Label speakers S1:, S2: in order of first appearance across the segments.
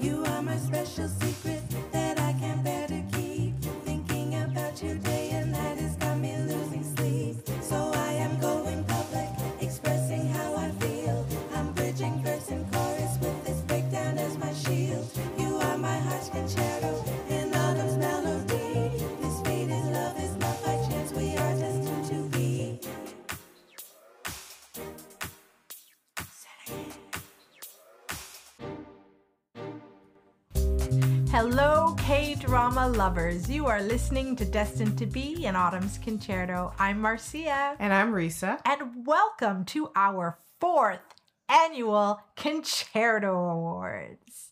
S1: You are my special secret that I can't bear to keep. Thinking about you day and night has got me losing sleep. So I am going public, expressing how I feel. I'm bridging verse and chorus with this breakdown as my shield. You are my heart's concerto in autumn's melody. This fate is love is not by chance. We are destined to be.
S2: Hello, K drama lovers. You are listening to Destined to Be an Autumn's Concerto. I'm Marcia,
S3: And I'm Risa.
S2: and welcome to our fourth annual Concerto Awards.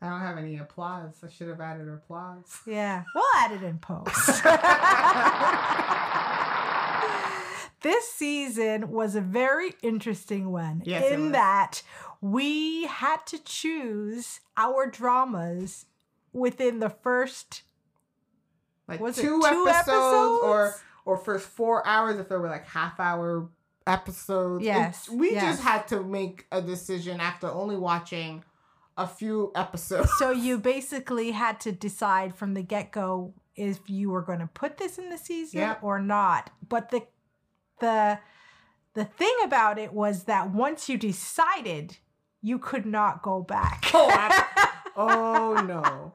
S3: I don't have any applause. I should have added applause.
S2: Yeah, we'll add it in post. this season was a very interesting one
S3: Yes, it
S2: in
S3: was.
S2: that we had to choose our dramas within the first
S3: Like
S2: Was it
S3: two,
S2: two
S3: episodes, or
S2: episodes?
S3: or first four hours if there were like half hour episodes. It-
S2: Yes,
S3: we
S2: yes.
S3: just had to make a decision after only watching a few episodes.
S2: so you basically had to decide from the get-go if you were going to put this in the season
S3: Yeah.
S2: or not but the the the thing about it was that once you decided you could not go back
S3: Oh, I- oh no.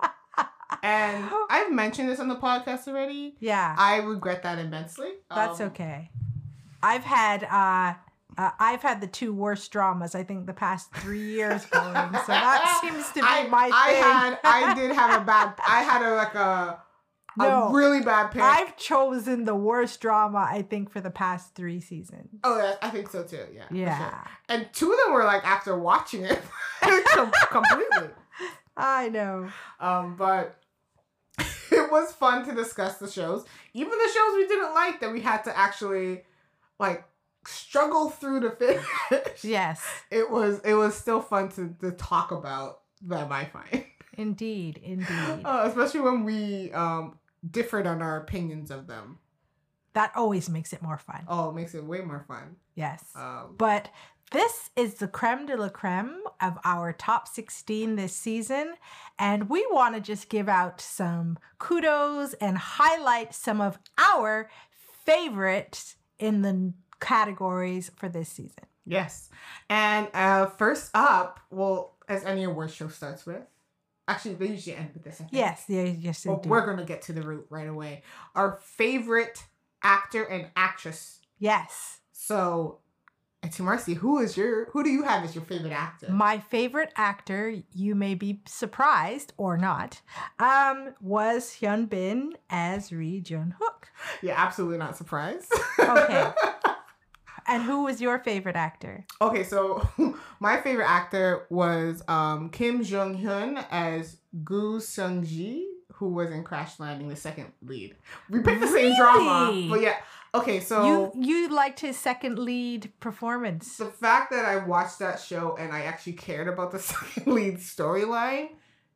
S3: And I've mentioned this on the podcast already.
S2: yeah
S3: I regret that immensely.
S2: that's
S3: Um,
S2: okay i've had uh uh, I've had the two worst dramas I think the past three years going, so that seems to be
S3: I,
S2: my
S3: I
S2: thing.
S3: had I did have a bad I had a like a
S2: No.
S3: a really bad pick.
S2: I've chosen the worst drama I think for the past three seasons.
S3: oh, yeah, I think so too. Yeah. for sure.
S2: Yeah,
S3: And two of them were like after watching it com- completely.
S2: I know.
S3: Um, but it was fun to discuss the shows, even the shows we didn't like that we had to actually like struggle through to finish.
S2: Yes,
S3: It was it was still fun to, to talk about them. I find,
S2: indeed, indeed.
S3: uh, especially when we um differed on our opinions of them.
S2: That always makes it more fun.
S3: Oh, it makes it way more fun.
S2: Yes.
S3: Um,
S2: But this is the creme de la creme of our top 16 this season. And we want to just give out some kudos and highlight some of our favorites in the categories for this season.
S3: Yes. And uh first up, well, as any award show starts with, actually they usually end with this. I think.
S2: Yes, yeah, yes,
S3: Well,
S2: indeed.
S3: we're gonna get to the root right away. Our favorite actor and actress.
S2: yes.
S3: So, and to Marcy, who is your who do you have as your favorite actor?
S2: My favorite actor, you may be surprised or not, um, was Hyun Bin as Ri Jun Hook.
S3: yeah, absolutely not surprised.
S2: Okay. and who was your favorite actor?
S3: okay, so my favorite actor was um, Kim Jong Hyun as Gu Sung Ji, who was in Crash Landing, the second lead. We picked the same drama,
S2: Really?
S3: but yeah. Okay, so
S2: you you liked his second lead performance.
S3: the fact that I watched that show and I actually cared about the second lead storyline,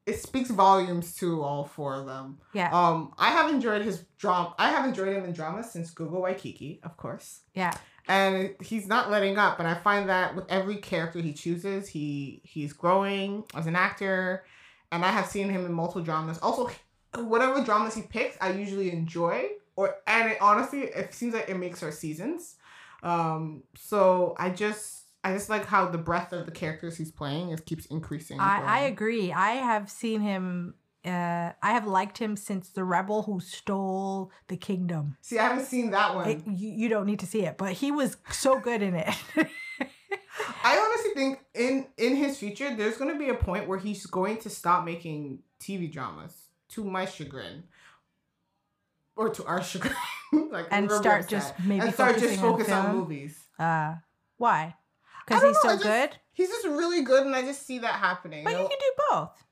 S3: it speaks volumes to all four of them.
S2: Yeah,
S3: Um, I have enjoyed his drama. I have enjoyed him in drama since Google Waikiki, of course.
S2: yeah,
S3: And he's not letting up, and I find that with every character he chooses, he he's growing as an actor. And I have seen him in multiple dramas. Also, whatever dramas he picks, I usually enjoy. Or and it, honestly, it seems like it makes our seasons. Um, so I just I just like how the breadth of the characters he's playing is keeps increasing. and
S2: I, I
S3: growing.
S2: agree. I have seen him. Uh, I have liked him since the rebel who stole the kingdom.
S3: See, I haven't seen that one.
S2: It, you, you don't need to see it, but he was so good in it.
S3: I honestly think in in his future, there's gonna be a point where he's going to stop making TV dramas, to my chagrin, or to our chagrin. like
S2: And
S3: we're
S2: start
S3: upset.
S2: just maybe
S3: and start just
S2: focusing on
S3: focus on
S2: film.
S3: movies.
S2: uh, why?
S3: I
S2: Because
S3: don't
S2: he's so
S3: know, I just-
S2: good.
S3: He's just really good, and I just see that happening.
S2: But
S3: You know?
S2: you can do both.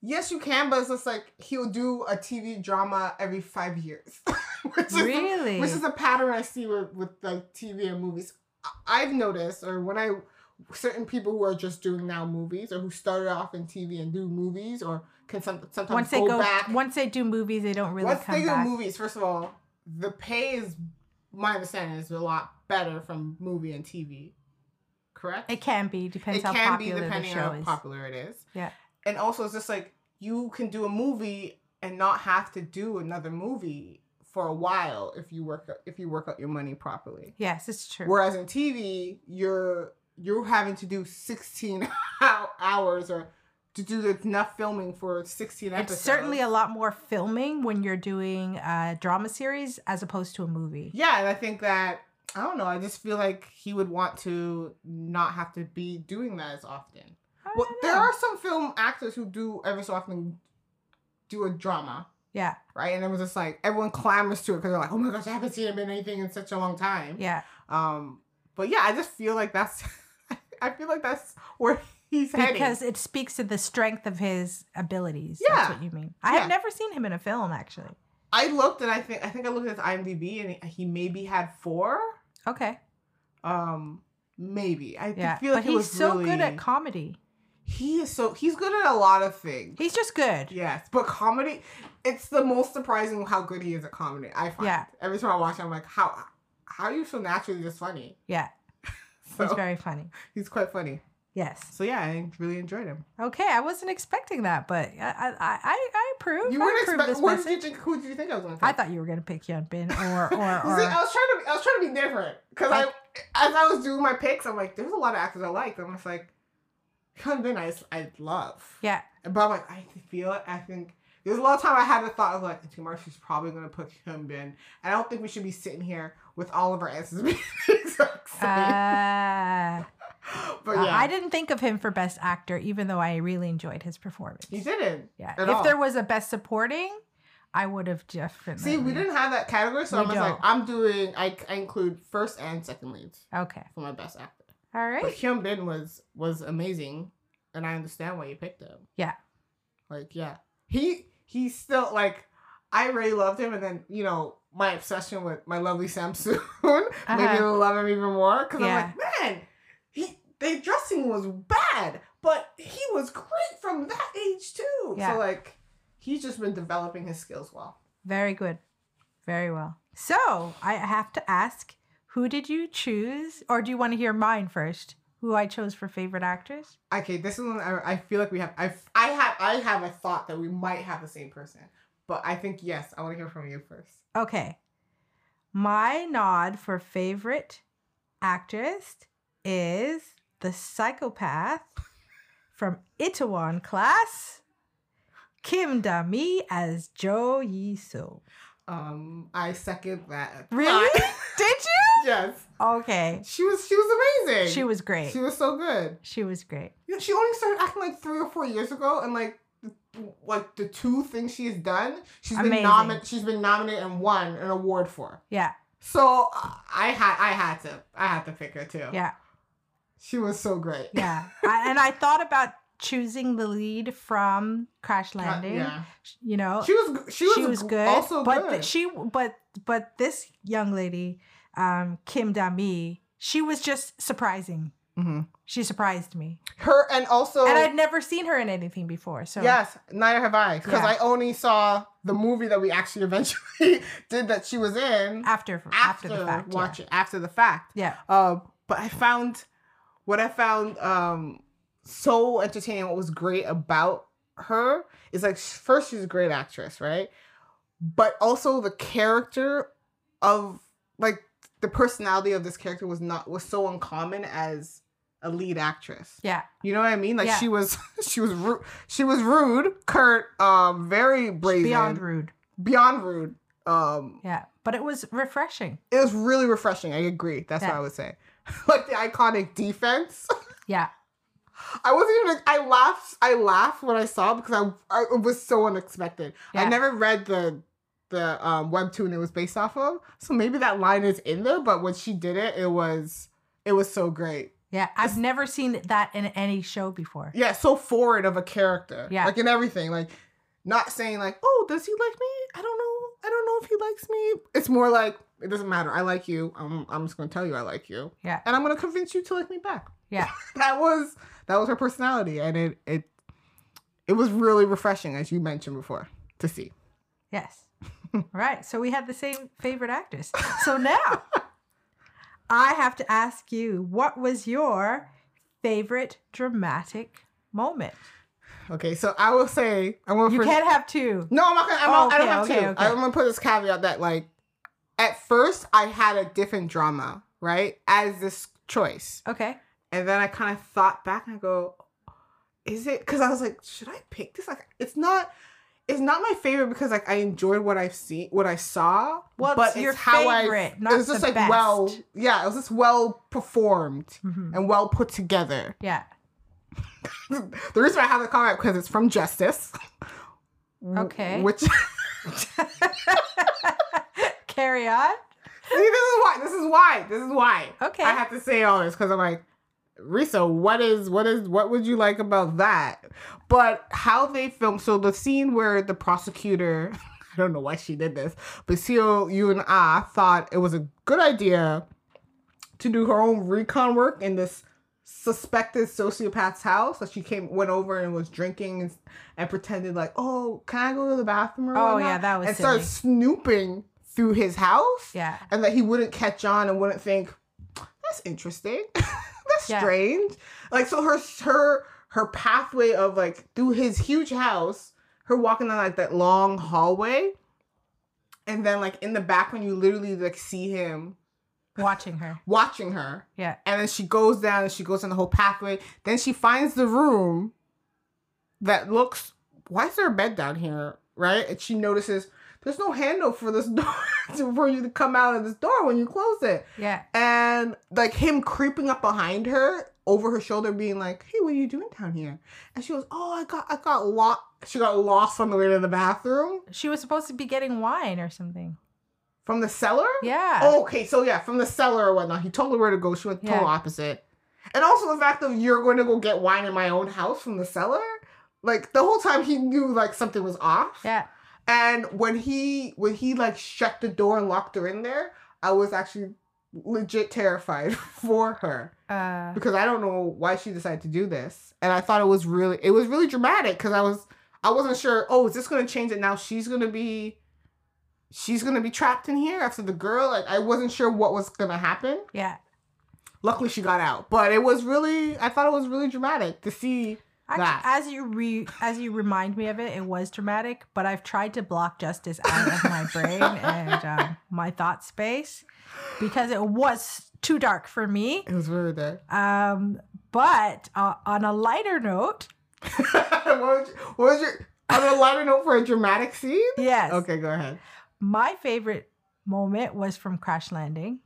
S3: yes, you can, but it's just like he'll do a TV drama every five years, which is the
S2: really?
S3: which is a pattern I see with, with like TV and movies. I- I've noticed, or when I certain people who are just doing now movies, or who started off in TV and do movies, or can some, sometimes
S2: once they
S3: go,
S2: go,
S3: back.
S2: once they do movies, they don't really
S3: Once
S2: come
S3: they do
S2: back.
S3: movies, first of all, the pay is my understanding is a lot better from movie and TV. correct?
S2: It can be, depends how popular the show
S3: how
S2: is.
S3: popular it is.
S2: Yeah.
S3: And also, it's just like you can do a movie and not have to do another movie for a while if you work if you work out your money properly.
S2: yes, it's true.
S3: Whereas in TV, you're you're having to do sixteen hou- hours or to do enough filming for sixteen
S2: it's
S3: episodes.
S2: certainly a lot more filming when you're doing a drama series as opposed to a movie.
S3: yeah, and I think that I don't know. I just feel like he would want to not have to be doing that as often.
S2: I
S3: Well,
S2: don't
S3: there
S2: know.
S3: are some film actors who do every so often do a drama,
S2: yeah,
S3: right? And it was just like everyone clamors to it because they're like, "Oh my gosh, I haven't seen him in anything in such a long time."
S2: yeah.
S3: Um, but yeah, I just feel like that's, I feel like that's where he's heading.
S2: Because it speaks to the strength of his abilities. That's
S3: Yeah.
S2: what you mean. I
S3: Yeah.
S2: have never seen him in a film actually.
S3: I looked and I think I think I looked at his IMDb and he, he maybe had four,
S2: Okay.
S3: um, maybe. I
S2: Yeah.
S3: feel
S2: but
S3: like he
S2: he's
S3: was
S2: so
S3: really-
S2: good at comedy.
S3: he is so he's good at a lot of things.
S2: He's just good.
S3: Yes, but comedy, it's the most surprising how good he is at comedy. I find
S2: Yeah.
S3: every time I watch, it, I'm like, how how are you so naturally just funny?
S2: Yeah.
S3: So
S2: He's
S3: he's,
S2: very funny.
S3: quite funny.
S2: Yes.
S3: So yeah, I really enjoyed him.
S2: Okay. I wasn't expecting that, but I I I, I approve.
S3: You
S2: I
S3: weren't
S2: approve
S3: expect.
S2: this
S3: What did you
S2: message.
S3: think? Who did you think I was going to?
S2: I thought you were gonna pick Yunbin or or or.
S3: See, I was trying to. Be, I was trying to be different because I, as I was doing my picks, I'm like, there's a lot of actors I like. I'm just like, Hyunbin, I I love.
S2: yeah.
S3: But I'm like, I can feel it. I think there's a lot of time I had the thought of like, tomorrow she's probably gonna put him in. I don't think we should be sitting here with all of our answers being the exact same.
S2: Uh,
S3: but
S2: Uh,
S3: Oh, yeah,
S2: I didn't think of him for best actor, even though I really enjoyed his performance.
S3: you didn't.
S2: yeah.
S3: at
S2: If
S3: all.
S2: there was a best supporting, I would have definitely.
S3: See, we didn't have that category, so
S2: We
S3: I'm just like,
S2: don't.
S3: I'm doing. I, I include first and second leads
S2: Okay.
S3: for my best actor.
S2: All
S3: But
S2: right.
S3: Hyun Bin was was amazing, and I understand why you picked him.
S2: Yeah.
S3: like yeah, he he's still like I really loved him, and then you know my obsession with my lovely Samsoon made me
S2: Uh-huh.
S3: love him even more because
S2: Yeah.
S3: I'm like man, he the dressing was bad, but he was great from that age too.
S2: Yeah.
S3: So like he's just been developing his skills well.
S2: Very good. Very well. So I have to ask, who did you choose, or do you want to hear mine first? Who I chose for favorite actors?
S3: Okay, this is one I, I feel like we have. I I have I have a thought that we might have the same person, but I think yes, I want to hear from you first.
S2: Okay. My nod for favorite actress is the psychopath from Itaewon class, Kim Dami as Jo Yi Soo.
S3: Um, I second that.
S2: Really?
S3: I-
S2: Did you?
S3: yes.
S2: Okay.
S3: She was she was amazing.
S2: She was great.
S3: she was so good.
S2: She was great.
S3: You know, she only started acting like three or four years ago, and like th- like the two things she's done, she's been
S2: Amazing.
S3: nominated. She's been nominated and won an award for.
S2: Yeah.
S3: So uh, I had I had to I had to pick her too.
S2: Yeah.
S3: She was so great.
S2: Yeah. I, and I thought about choosing the lead from Crash
S3: Uh,
S2: Landing.
S3: yeah.
S2: You know,
S3: She was she was,
S2: she was
S3: g-
S2: good.
S3: Also
S2: but
S3: good.
S2: th- she but but this young lady, um, Kim Dami, she was just surprising.
S3: Mhm.
S2: She surprised me,
S3: Her and also
S2: and I'd never seen her in anything before. So
S3: Yes, neither have I. Because
S2: Yeah.
S3: I only saw the movie that we actually eventually did that she was in
S2: after after,
S3: after,
S2: the fact,
S3: watch it after the fact.
S2: yeah.
S3: Uh, but I found what I found um so entertaining. What was great about her is like sh- first she's a great actress, right? But also the character of like the personality of this character was not was so uncommon as a lead actress.
S2: yeah,
S3: You know what I mean? Like
S2: Yeah.
S3: she was, she was rude. She was rude, curt, um, very
S2: yeah,
S3: brazen,
S2: beyond rude.
S3: beyond rude. Um,
S2: Yeah, but it was refreshing.
S3: it was really refreshing. I agree. That's what
S2: Yeah.
S3: I would say. like the iconic defense.
S2: Yeah,
S3: I wasn't even. I laughed. I laughed when I saw it because I, I it was so unexpected. I
S2: Yeah.
S3: never read the the um, webtoon it was based off of, so maybe that line is in there. But when she did it, it was it was so great.
S2: yeah. I've never seen that in any show before.
S3: yeah, so forward of a character.
S2: Yeah.
S3: Like in everything. Like not saying like, oh, does he like me? I don't know. I don't know if he likes me. It's more like, it doesn't matter. I like you. I'm I'm just gonna tell you I like you.
S2: Yeah.
S3: And I'm gonna convince you to like me back.
S2: Yeah.
S3: that was that was her personality and it it it was really refreshing, as you mentioned before, to see.
S2: Yes. All right. So we had the same favorite actress. So now I have to ask you, what was your favorite dramatic moment?
S3: Okay, so I will say I will.
S2: You
S3: first-
S2: can't have two.
S3: No, I'm not gonna. I'm not, I don't
S2: Okay,
S3: have
S2: okay,
S3: to.
S2: okay.
S3: I'm gonna put this caveat that like, at first I had a different drama, right, as this choice,
S2: Okay.
S3: and then I kind of thought back and I go, is it? Because I was like, should I pick this? Like, it's not. It's not my favorite because like I enjoyed what I've seen, what I saw.
S2: Well, it's
S3: but
S2: your favorite, not
S3: it was just
S2: the
S3: like well,
S2: best.
S3: yeah, it was just well performed
S2: Mhm.
S3: and well put together.
S2: Yeah.
S3: the reason I have the comment because it's from Justice. W-
S2: Okay.
S3: Which
S2: Carry on.
S3: See, this is why. This is why. This is why.
S2: Okay.
S3: I have to say all this because I'm like, Risa, what is what is what would you like about that? But how they filmed so the scene where the prosecutor I don't know why she did this, but Seal, you and I thought it was a good idea to do her own recon work in this suspected sociopath's house. So she came went over and was drinking and, and pretended like, oh, can I go to the bathroom or
S2: Oh,
S3: whatnot?"
S2: yeah, that was
S3: and started snooping through his house
S2: Yeah.
S3: and that he wouldn't catch on and wouldn't think that's interesting that's
S2: Yeah.
S3: strange like so her her her pathway of like through his huge house her walking down like that long hallway and then like in the background you literally like see him
S2: Watching her.
S3: watching her
S2: Yeah.
S3: and then she goes down and she goes on the whole pathway then she finds the room that looks why is there a bed down here right and she notices there's no handle for this door for you to come out of this door when you close it
S2: Yeah.
S3: and like him creeping up behind her over her shoulder being like hey what are you doing down here and she goes oh i got i got lost she got lost on the way to the bathroom
S2: She was supposed to be getting wine or something.
S3: from the cellar
S2: Yeah.
S3: Oh, okay, so yeah, from the cellar or whatnot. He told her where to go. She went the
S2: Yeah.
S3: total opposite. And also the fact of you're going to go get wine in my own house from the cellar. Like the whole time he knew like something was off.
S2: Yeah.
S3: And when he when he like shut the door and locked her in there, I was actually legit terrified for her
S2: Uh,
S3: because I don't know why she decided to do this. And I thought it was really it was really dramatic because I was I wasn't sure, oh, is this gonna change it now? She's gonna be she's gonna be trapped in here after the girl. Like I wasn't sure what was gonna happen.
S2: yeah.
S3: Luckily she got out. But it was really I thought it was really dramatic to see
S2: Actually,
S3: That.
S2: as you re as you remind me of it, it was dramatic. But I've tried to block justice out of my brain and um, my thought space because it was too dark for me.
S3: it was really there.
S2: Um, but uh, on a lighter note,
S3: what, was your, what was your on a lighter note for a dramatic scene?
S2: yes,
S3: Okay, go ahead.
S2: my favorite moment was from Crash Landing,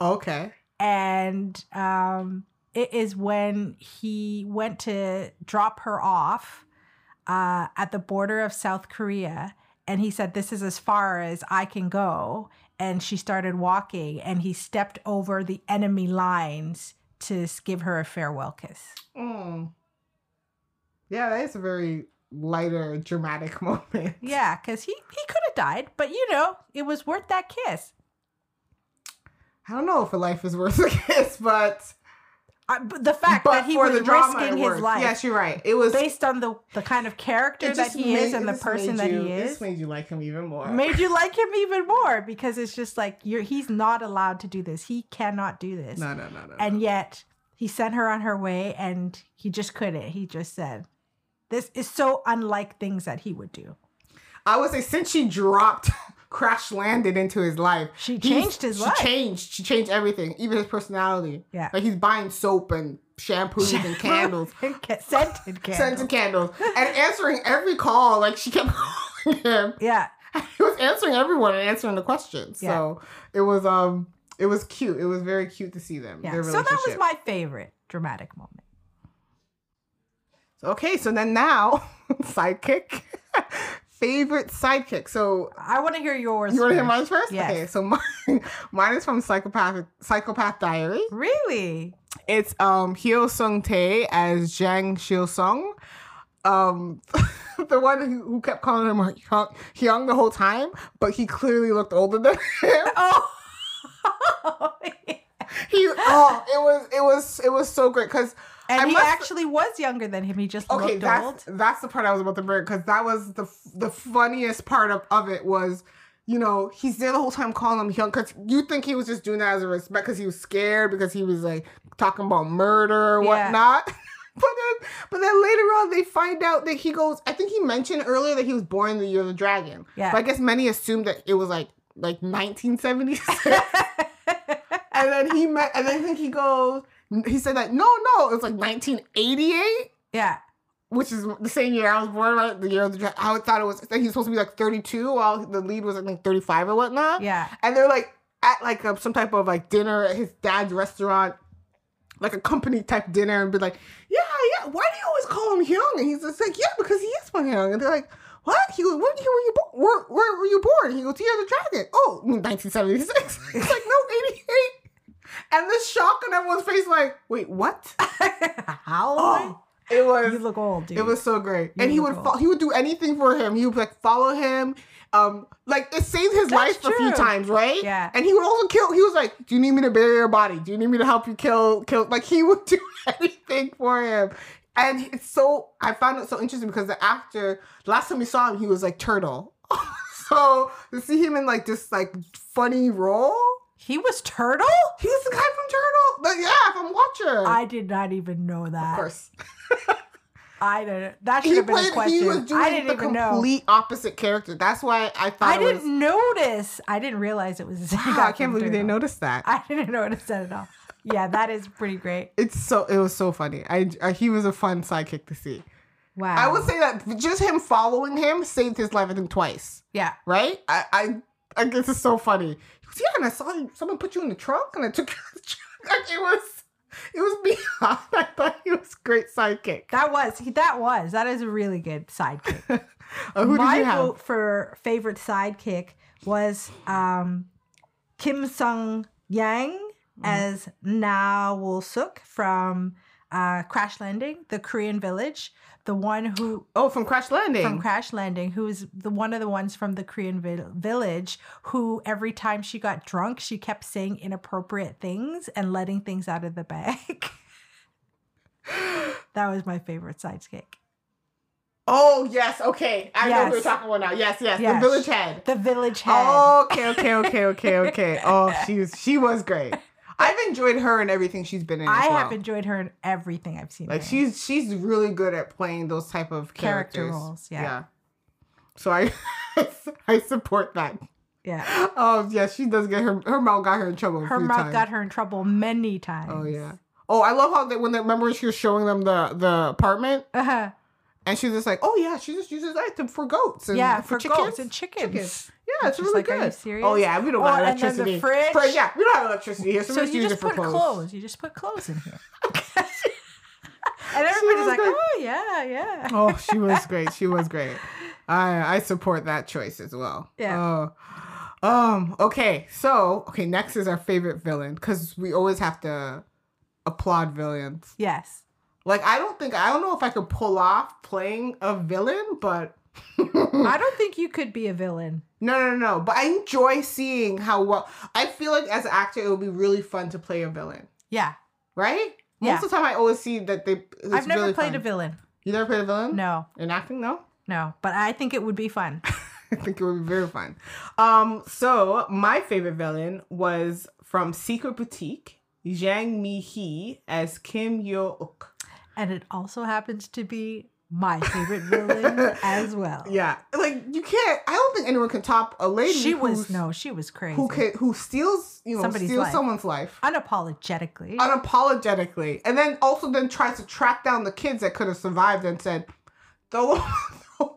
S3: Okay.
S2: and um, it is when he went to drop her off uh, at the border of South Korea, and he said, "This is as far as I can go." And she started walking, and he stepped over the enemy lines to s- give her a farewell kiss.
S3: Mm. Yeah, that is a very lighter dramatic moment.
S2: Yeah, because he, he could have died, but you know, it was worth that kiss.
S3: I don't know if a life is worth a kiss, but
S2: I, but the fact
S3: but
S2: that he
S3: for
S2: was
S3: the drama,
S2: risking
S3: it
S2: his
S3: works.
S2: life
S3: Yes, you're right. It was
S2: based on the, the kind of character
S3: it
S2: that
S3: just
S2: he
S3: made-
S2: is and
S3: it
S2: the
S3: just
S2: person
S3: made
S2: that
S3: you-
S2: he
S3: it just
S2: is
S3: made you like him even more.
S2: made you like him even more because it's just like you're he's not allowed to do this. He cannot do this.
S3: no, no, no, no.
S2: And yet he sent her on her way and he just couldn't. He just said, This is so unlike things that he would do.
S3: I would say since she dropped, crash landed into his life.
S2: She
S3: he's-
S2: changed his
S3: she
S2: life.
S3: Changed. She changed everything, even his personality.
S2: Yeah.
S3: like he's buying soap and shampoos and candles.
S2: Scented
S3: Scented
S2: candles.
S3: candles and answering every call, like she kept calling him.
S2: Yeah.
S3: he was answering everyone and answering the questions.
S2: Yeah.
S3: So it was um it was cute. It was very cute to see them.
S2: Yeah.
S3: Their
S2: So that was
S3: relationship.
S2: my favorite dramatic moment.
S3: Okay, so then now sidekick. Favorite sidekick. So
S2: I want to hear yours.
S3: you want to hear
S2: first.
S3: mine first?
S2: Yes.
S3: Okay, so mine, mine is from Psychopathic Psychopath Diary.
S2: Really?
S3: It's um Hyo Sung Tae as Jang Shil Sung. Um the one who, who kept calling him Hyung, Hyung the whole time, but he clearly looked older than him.
S2: Oh.
S3: He oh, it was it was it was so great because
S2: And
S3: I
S2: he
S3: must-
S2: actually was younger than him. He just
S3: okay,
S2: looked
S3: that's
S2: old.
S3: that's the part I was about to bring because that was the f- the funniest part of, of it was you know, he's there the whole time calling him young because you think he was just doing that as a respect because he was scared because he was like talking about murder or
S2: Yeah.
S3: whatnot. but then, but then later on, they find out that he goes. I think he mentioned earlier that he was born in the year of the dragon.
S2: Yeah.
S3: But I guess many assumed that it was like like 1976. and then he met, and then I think he goes. He said like, no, no, it was like 1988
S2: yeah.
S3: which is the same year I was born, right? The year of the dragon. I thought it was that he was supposed to be like 32, while the lead was I think 35 or whatnot.
S2: Yeah.
S3: And they're like at like a, some type of like dinner at his dad's restaurant, like a company type dinner, and be like, yeah, yeah. Why do you always call him young? And he's just like, yeah, because he is one young. And they're like. What? He goes, when were you born? Where, where were you born? He goes, Year of the Dragon. Oh, 1976. It's like, no, 88. And the shock on everyone's face, like, wait, what?
S2: How old? are you?
S3: Oh, it was.
S2: Oh You look old, dude.
S3: It was so great, and he
S2: were
S3: would
S2: cool.
S3: fo- he would do anything for him. He would like follow him, um, like it saved his life a few
S2: true.
S3: times, right?
S2: Yeah.
S3: And he would also kill. He was like, "Do you need me to bury your body? Do you need me to help you kill kill?" Like he would do anything for him, and it's so I found it so interesting because the after last time we saw him, he was like turtle, so to see him in like this like funny role,
S2: he was turtle?
S3: he was the guy from Turtle, but yeah, from Watcher,
S2: I did not even know that.
S3: of course.
S2: I didn't. That should
S3: he
S2: have been
S3: played.
S2: a question.
S3: He was doing
S2: I didn't
S3: the
S2: even know.
S3: complete opposite character. That's why I thought
S2: I
S3: it was-
S2: didn't notice. I didn't realize it was. the same
S3: Wow,
S2: guy
S3: I can't
S2: from
S3: believe you didn't
S2: Turtle.
S3: notice that.
S2: I didn't notice that at all. Yeah, that is pretty great.
S3: it's so. It was so funny. I, I he was a fun sidekick to see.
S2: Wow.
S3: I would say that just him following him saved his life. I think twice.
S2: Yeah.
S3: Right? I I, I guess it's so funny. He goes, yeah, and I saw you, someone put you in the trunk, and I took you. In the trunk. Like, it was. It was beyond. I thought he was a great sidekick.
S2: That was he- that was that is a really good sidekick.
S3: Uh, who
S2: My
S3: did you have?
S2: vote for favorite sidekick was um, Kim Sung Yang
S3: Mm-hmm.
S2: as Na Wol Suk from uh, Crash Landing, the Korean Village, the one who
S3: oh, from Crash Landing.
S2: from Crash Landing, who is the one of the ones from the Korean vil- village, who every time she got drunk, she kept saying inappropriate things and letting things out of the bag. that was my favorite sidekick.
S3: oh yes. Okay, I know who you're
S2: Yes.
S3: talking about now. Yes, yes.
S2: Yes.
S3: The village head.
S2: The village head.
S3: Okay, okay, okay, okay, okay. Oh, she was she was great. I've enjoyed her and everything she's been in. as
S2: I
S3: well.
S2: have enjoyed her in everything I've seen.
S3: like
S2: her in.
S3: she's she's really good at playing those type of
S2: Character
S3: characters.
S2: roles, yeah.
S3: So I I support that.
S2: yeah.
S3: Oh yeah, she does get her her mouth got her in trouble. a
S2: Her
S3: few
S2: mouth
S3: times.
S2: got her in trouble many times.
S3: Oh yeah. Oh, I love how they when they remember she was showing them the the apartment
S2: Uh-huh.
S3: and she's just like, oh yeah, she just uses that to, for goats and
S2: Yeah,
S3: for,
S2: for
S3: chickens.
S2: goats and chickens.
S3: Yeah, it's
S2: just
S3: really
S2: like, are
S3: good.
S2: you serious?
S3: Oh yeah, we don't
S2: Oh,
S3: have
S2: and then the
S3: electricity.
S2: fridge.
S3: Fridge, yeah, we don't have electricity here, so,
S2: So
S3: we just
S2: you
S3: use
S2: just
S3: it for
S2: put clothes. You just put clothes in here. and
S3: was
S2: everybody's like,
S3: like-
S2: oh, yeah, yeah.
S3: oh, she was great. She was great. I I support that choice as well.
S2: Yeah.
S3: Oh. Um. Okay. So okay. Next is our favorite villain because we always have to applaud villains.
S2: Yes.
S3: Like I don't think I don't know if I could pull off playing a villain, but no,
S2: I don't think you could be a villain.
S3: no, no, no. But I enjoy seeing how well I feel like as an actor it would be really fun to play a villain,
S2: Yeah.
S3: right?
S2: Yeah.
S3: Most of the time, I always see that they. it's
S2: I've never
S3: really
S2: played
S3: fun.
S2: a villain.
S3: You never played a villain?
S2: No,
S3: In acting, no.
S2: no. But I think it would be fun.
S3: I think it would be very fun. Um, so my favorite villain was from Secret Boutique, Zhang Mi Hee as Kim Yo Ok.
S2: And it also happens to be my favorite villain as well.
S3: Yeah, like you can't. I don't think anyone can top a lady.
S2: She was,
S3: who's-
S2: no, she was crazy.
S3: Who can, who steals you know
S2: Somebody's
S3: steals
S2: life.
S3: someone's life
S2: Unapologetically.
S3: unapologetically, and then also then tries to track down the kids that could have survived and said, throw,
S2: Throw-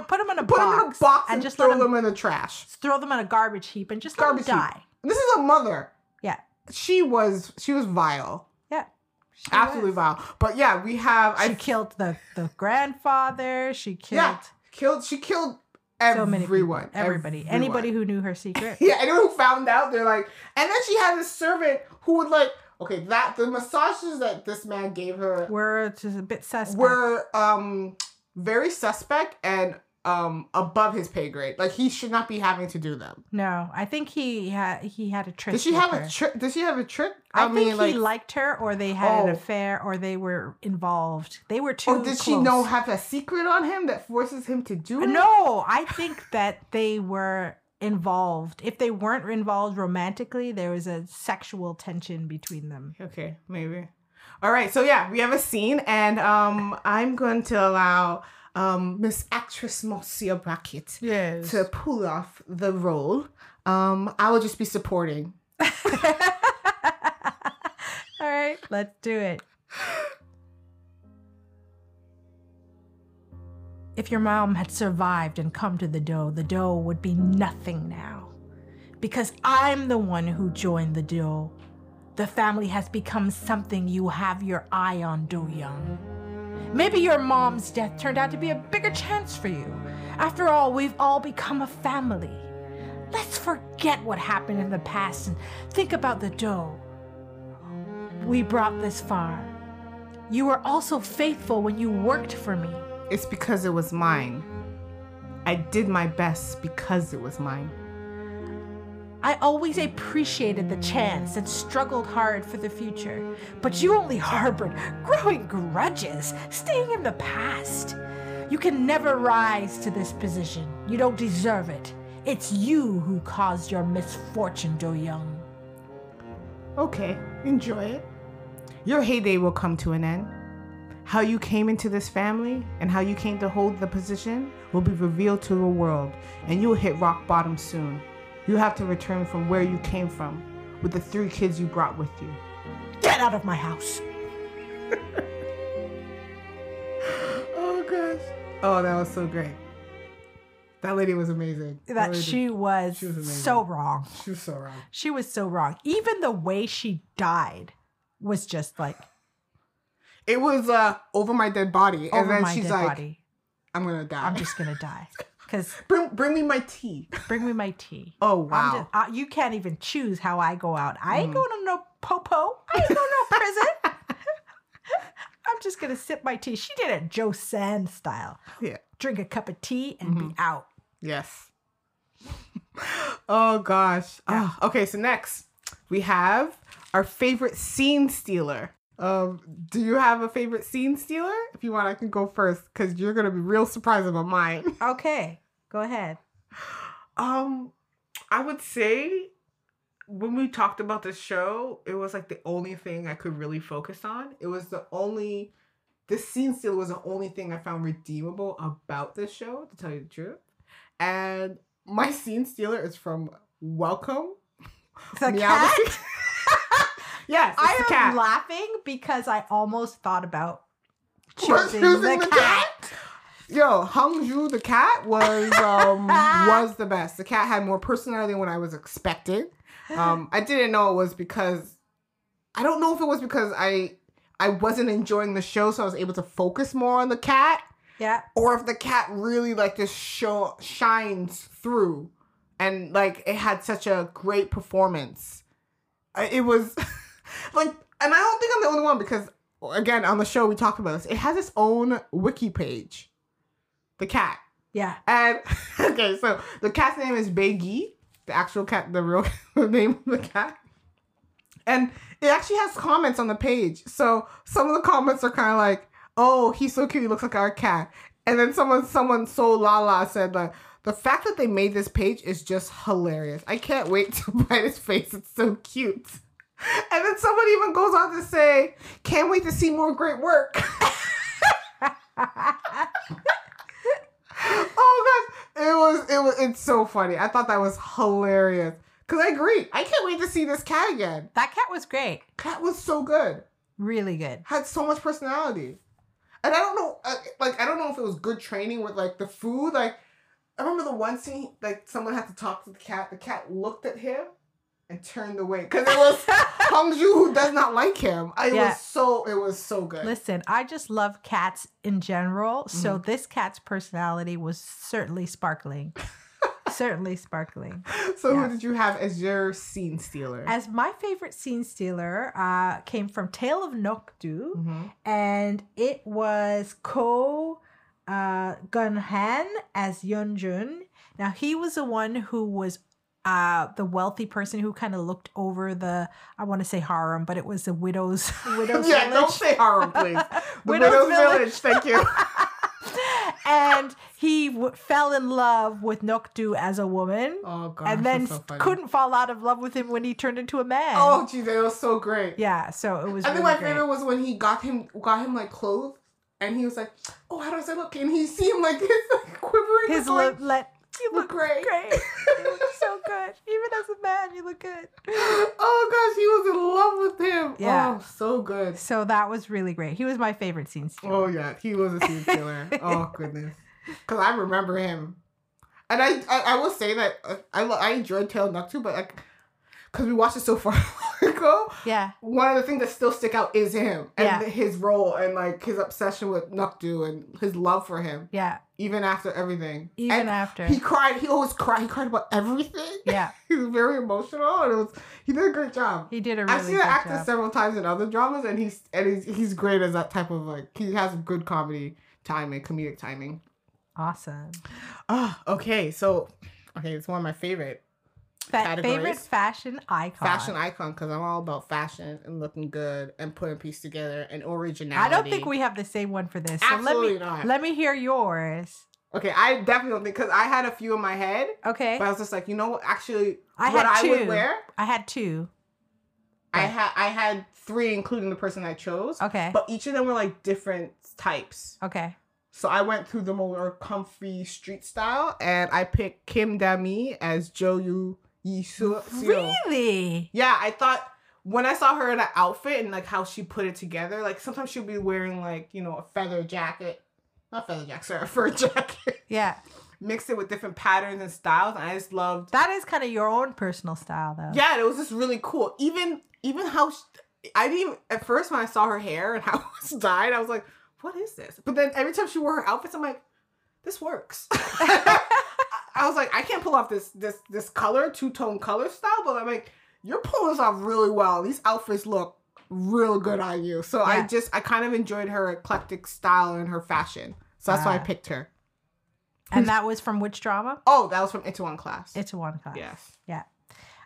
S2: put them in a
S3: put
S2: box.
S3: them in a box and, just
S2: let
S3: throw
S2: them,
S3: them in the trash.
S2: throw them in a garbage heap and just
S3: Garbage
S2: let them
S3: heap.
S2: die.
S3: This is a mother.
S2: Yeah.
S3: She was she was vile.
S2: Yeah. She
S3: absolutely
S2: was.
S3: vile. But yeah, we have
S2: She
S3: I
S2: killed the, the grandfather. She killed
S3: yeah killed. She killed
S2: so many people.
S3: everyone.
S2: Everybody.
S3: everyone.
S2: Anybody who knew her secret.
S3: Yeah, anyone who found out, they're like, and then she had a servant who would like, okay, that the massages that this man gave her
S2: were just a bit suspect.
S3: were um very suspect and um above his pay grade. Like he should not be having to do them.
S2: No, I think he had he had a trick.
S3: Did she
S2: with
S3: have
S2: her.
S3: a trick? Did she have a trick?
S2: I, think he liked her, or they had an
S3: Oh.
S2: affair, or they were involved. They were too.
S3: or did she know
S2: close.
S3: have a secret on him that forces him to do it?
S2: No, I think that they were involved. If they weren't involved romantically, there was a sexual tension between them.
S3: Okay, maybe. All right, so yeah, we have a scene, and um, I'm going to allow um Miss Actress Marcia Brackett
S4: Yes.
S3: to pull off the role. Um, I will just be supporting.
S2: All right, let's do it. If your mom had survived and come to the dough, the dough would be nothing now. Because I'm the one who joined the dough. The family has become something you have your eye on, Do Young. Maybe your mom's death turned out to be a bigger chance for you. After all, we've all become a family. Let's forget what happened in the past and think about the dough. We brought this far. You were also faithful when you worked for me.
S3: It's because it was mine. I did my best because it was mine.
S2: I always appreciated the chance and struggled hard for the future, but you only harbored growing grudges, staying in the past. You can never rise to this position. You don't deserve it. It's you who caused your misfortune, Do Young.
S3: Okay, enjoy it. Your heyday will come to an end. How you came into this family and how you came to hold the position will be revealed to the world, and you will hit rock bottom soon. You have to return from where you came from with the three kids you brought with you.
S2: Get out of my house.
S3: Oh, gosh. Oh, that was so great. That lady was amazing.
S2: That
S3: lady-
S2: she was,
S3: she was amazing.
S2: so wrong.
S3: She was so wrong.
S2: She was so wrong. Even the way she died was just like
S3: It was uh over my dead body,
S2: over
S3: and then
S2: my
S3: she's
S2: dead
S3: like,
S2: body.
S3: "I'm gonna die.
S2: I'm just gonna die. Cause
S3: bring bring me my tea."
S2: bring me my tea.
S3: Oh
S2: I'm
S3: wow. Mm.
S2: just, uh, you can't even choose how I go out. I ain't going to no popo. I ain't going to no prison. I'm just gonna sip my tea. She did it Joe Sand style.
S3: Yeah.
S2: Drink a cup of tea and
S3: Mm-hmm.
S2: be out.
S3: Yes. oh gosh. Ah, okay, so next we have our favorite scene stealer. Um, do you have a favorite scene stealer? If you want, I can go first because you're gonna be real surprised about mine.
S2: Okay, go ahead.
S3: Um, I would say when we talked about the show, it was like the only thing I could really focus on. It was the only the scene stealer was the only thing I found redeemable about this show, to tell you the truth. And my scene stealer is from Welcome.
S2: The
S3: Meow the
S2: cat.
S3: Cat? Yes, it's
S2: I
S3: the
S2: am
S3: cat.
S2: laughing because I almost thought about
S3: We're
S2: choosing,
S3: choosing
S2: the,
S3: the
S2: cat.
S3: Yo, Hung Ju the cat was um was the best. The cat had more personality than what I was expecting. Um, I didn't know it was because I don't know if it was because I I wasn't enjoying the show, so I was able to focus more on the cat,
S2: Yeah.
S3: or if the cat really like just show shines through, and like it had such a great performance. I- It was like, and I don't think I'm the only one because again on the show we talked about this. It has its own wiki page, the cat.
S2: Yeah.
S3: And okay, so the cat's name is Beggy, the actual cat, the real name of the cat. And it actually has comments on the page. So some of the comments are kind of like, "Oh, he's so cute. He looks like our cat." And then someone, someone so la la said like, "The fact that they made this page is just hilarious. I can't wait to bite his face. It's so cute." And then someone even goes on to say, "Can't wait to see more great work." oh gosh, it was it was it's so funny. I thought that was hilarious. Cause I agree, I can't wait to see this cat again.
S2: That cat was great.
S3: Cat was so good,
S2: Really good.
S3: had so much personality, and I don't know, uh, like I don't know if it was good training with like the food. Like I remember the one scene, like someone had to talk to the cat. The cat looked at him and turned away because it was Hongju who does not like him. I it
S2: Yeah.
S3: was so it was so good.
S2: Listen, I just love cats in general. So this cat's personality was certainly sparkling. certainly sparkling.
S3: so
S2: yeah.
S3: who did you have as your scene stealer?
S2: As my favorite scene stealer uh, came from Tale of Nokdu,
S3: Mhm.
S2: and it was Ko uh, Gunhan as Yeonjun. Now he was the one who was uh, the wealthy person who kind of looked over the I want to say harem, but it was the widow's widow's
S3: yeah,
S2: village.
S3: don't say harem, please. The
S2: Widow's
S3: Widow's
S2: Village.
S3: Village. Thank you.
S2: and he w- fell in love with Nokdu as a woman.
S3: Oh god.
S2: and then
S3: so funny.
S2: couldn't fall out of love with him when he turned into a man.
S3: Oh geez, that was so great.
S2: yeah. So it was.
S3: I think
S2: really
S3: my
S2: great.
S3: favorite was when he got him got him like clothes, and he was like, "Oh, how does it look?" And he see him like this, like quivering.
S2: His
S3: going,
S2: lip let you
S3: "You
S2: look
S3: look great.
S2: great. You look so good. Even as a man, you look good.
S3: oh gosh, he was in love with him.
S2: Yeah.
S3: Oh, so good.
S2: So that was really great. He was my favorite scene. stealer.
S3: Oh yeah, he was a scene killer. oh goodness, because I remember him, and I I, I will say that uh, I lo- I enjoyed Tail Not Too, but like, because we watched it so far ago,
S2: Yeah.
S3: one of the things that still stick out is him and
S2: Yeah.
S3: his role and like his obsession with Nukdu and his love for him
S2: Yeah.
S3: even after everything.
S2: Even
S3: And
S2: after.
S3: he cried. He always cried. He cried about everything.
S2: yeah.
S3: he was very emotional and it was he did a great job.
S2: He did a really
S3: I've seen
S2: good
S3: him act this
S2: job.
S3: several times in other dramas and he's and he's, he's great as that type of like he has good comedy timing, comedic timing.
S2: Awesome.
S3: Oh,
S2: Ah,
S3: okay. So okay, it's one of my favorite
S2: Fa-
S3: Categories.
S2: favorite fashion icon.
S3: fashion icon because I'm all about fashion and looking good and putting pieces together and originality.
S2: I don't think we have the same one for this. So let me
S3: Absolutely not.
S2: let me hear yours.
S3: Okay, I definitely don't think because I had a few in my head,
S2: Okay.
S3: but I was just like, you know what? Actually,
S2: I
S3: what
S2: had
S3: I
S2: two.
S3: would wear,
S2: I had two.
S3: I
S2: Right.
S3: had I had three, including the person I chose.
S2: Okay.
S3: But each of them were like different types.
S2: okay.
S3: So I went through the more comfy street style, and I picked Kim Dami as Joyu Yisoo.
S2: Really?
S3: Yeah, I thought when I saw her in an outfit and like how she put it together, like sometimes she'll be wearing like you know a feather jacket, not feather jacket, sorry, a fur jacket,
S2: Yeah.
S3: mixed it with different patterns and styles. And I just loved
S2: That is kind of your own personal style though.
S3: Yeah, it was just really cool. Even even how sh I didn't even, at first when I saw her hair and how it was dyed, I was like, "What is this?" But then every time she wore her outfits, I'm like, "This works." I I was like, "I can't pull off this this this color two tone color style," but I'm like, "You're pulling this off really well. These outfits look real good on you." So
S2: Yeah.
S3: I just I kind of enjoyed her eclectic style and her fashion. So that's why I
S2: Wow.
S3: picked her.
S2: And that was from which drama?
S3: Oh, that was from Into One Class.
S2: It's a one class.
S3: yes.
S2: Yeah.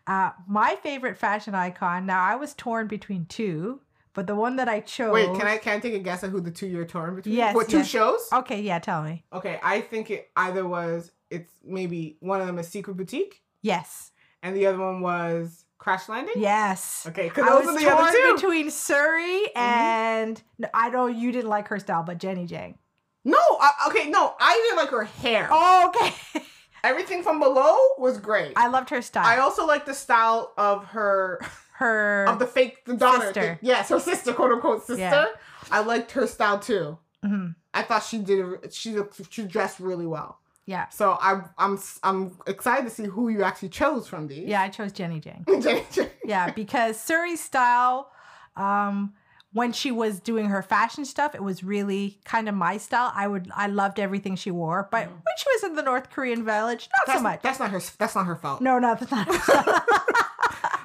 S2: Uh, my favorite fashion icon. Now I was torn between two, but the one that I chose.
S3: Wait, can I can I take a guess at who the two you're torn between?
S2: Yes,
S3: What two
S2: yes.
S3: shows?
S2: Okay, yeah, tell me.
S3: Okay, I think it either was it's maybe one of them is Secret Boutique
S2: Yes,
S3: and the other one was Crash Landing.
S2: yes.
S3: Okay,
S2: I
S3: because those are
S2: was
S3: the other two. Mm-hmm.
S2: torn between Surrey and no, I know you didn't like her style, but Jenny Jang.
S3: no, I, okay, no, I didn't like her hair.
S2: Oh, okay.
S3: Everything from below was great. I,
S2: I loved her style.
S3: also like the style of her
S2: her.
S3: of the fake the daughter.
S2: Sister.
S3: thing. Yes, her sister, quote unquote sister.
S2: Yeah.
S3: I liked her style too.
S2: Mhm.
S3: I thought she did she looked- she dressed really well.
S2: Yeah,
S3: So I I'm I'm excited to see who you actually chose from these.
S2: yeah. I chose Jenny Jang.
S3: Yeah.
S2: yeah, because Surrey's style, um, when she was doing her fashion stuff, it was really kind of my style. I would I loved everything she wore, but when she was in the North Korean village, not
S3: Mm. that's,
S2: so much.
S3: That's not her. That's not her fault.
S2: No, no, that's not.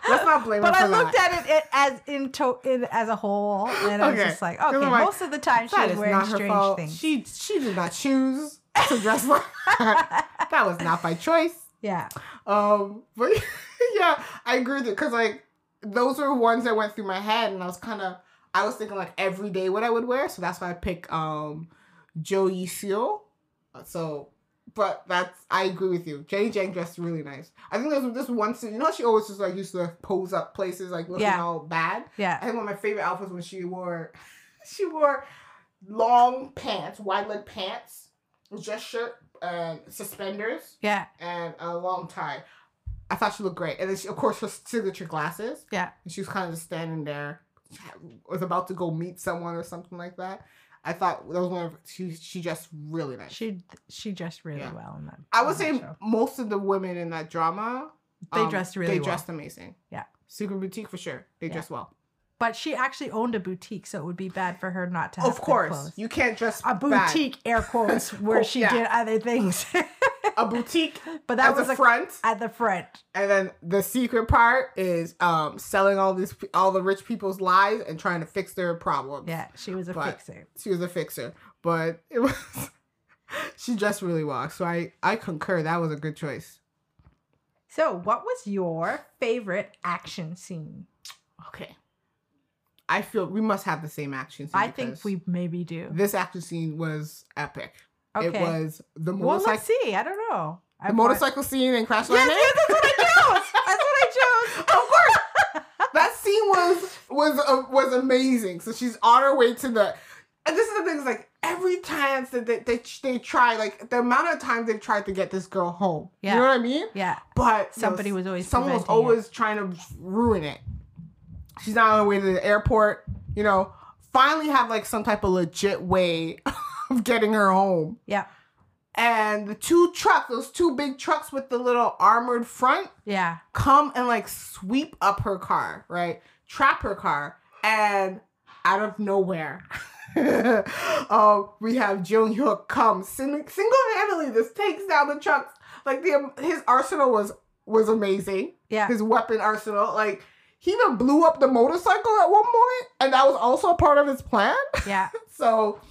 S3: Let's not blame
S2: but I
S3: her for
S2: looked
S3: that.
S2: at it, it as in, to- in as a whole, and I was
S3: Okay.
S2: just like,
S3: Never
S2: okay,
S3: mind.
S2: most of the time she
S3: that
S2: was
S3: is
S2: wearing
S3: not her
S2: strange
S3: fault.
S2: things.
S3: She she did not choose to dress like that. That was not by choice.
S2: yeah,
S3: Um, but yeah, I agree with you because like those were ones that went through my head, and I was kind of I was thinking like every day what I would wear, so that's why I picked um Joe Yiseo. So, but that's I agree with you. Jenny Jang dressed really nice. I think there's this one scene. You know, how she always just like used to pose up places like looking
S2: Yeah.
S3: all bad. I
S2: yeah,
S3: think one of my favorite outfits when she wore she wore long pants, wide leg pants, dress shirt, and suspenders,
S2: yeah,
S3: and a long tie. I thought she looked great, and then she, of course her signature glasses.
S2: yeah.
S3: And she was kind of just standing there, was about to go meet someone or something like that. I thought that was one of she she just really nice.
S2: She she dressed really
S3: Yeah.
S2: well in that.
S3: I
S2: in
S3: would
S2: that
S3: say
S2: show.
S3: most of the women in that drama
S2: They
S3: um,
S2: dressed really
S3: they
S2: well.
S3: dressed amazing.
S2: Yeah.
S3: Secret Boutique for sure. They
S2: Yeah.
S3: dressed well.
S2: but she actually owned a boutique, so it would be bad for her not to have
S3: Of
S2: good
S3: course,
S2: clothes.
S3: you can't dress
S2: a
S3: bad.
S2: boutique air quotes where
S3: Oh,
S2: she
S3: yeah.
S2: did other things
S3: a boutique
S2: but that
S3: at
S2: was
S3: the
S2: like
S3: front,
S2: at the front
S3: and then the secret part is um selling all these all the rich people's lies and trying to fix their problems.
S2: yeah she was a
S3: But-
S2: fixer
S3: she was a fixer, but it was she dressed really well. So I I concur. That was a good choice.
S2: so what was your favorite action scene
S3: Okay, I feel we must have the same action. Scene
S2: i think
S3: because
S2: we maybe do
S3: this action scene was epic.
S2: Okay.
S3: It was the
S2: well,
S3: motorcycle,
S2: let's see. I don't know. I
S3: the
S2: want-
S3: motorcycle scene in
S2: Yes,
S3: Crash Landing.
S2: yes, that's what I chose. That's what I chose. Of course.
S3: That scene was was uh, was amazing. So she's on her way to the. And this is the thing is like every time that they, they they try like the amount of times they've tried to get this girl home.
S2: Yeah.
S3: You know what I mean?
S2: Yeah.
S3: But you know,
S2: Somebody was always
S3: someone was
S2: preventing it.
S3: always trying to ruin it. She's not on her way to the airport. You know, finally have like some type of legit way of getting her home.
S2: Yeah.
S3: And the two trucks, those two big trucks with the little armored front,
S2: Yeah.
S3: come and like sweep up her car, right? Trap her car, and out of nowhere, um, we have Jung Hyuk come sing- single-handedly. This takes down the trucks. Like the um, his arsenal was was amazing.
S2: Yeah.
S3: His weapon arsenal, like he even blew up the motorcycle at one point, and that was also a part of his plan.
S2: Yeah.
S3: So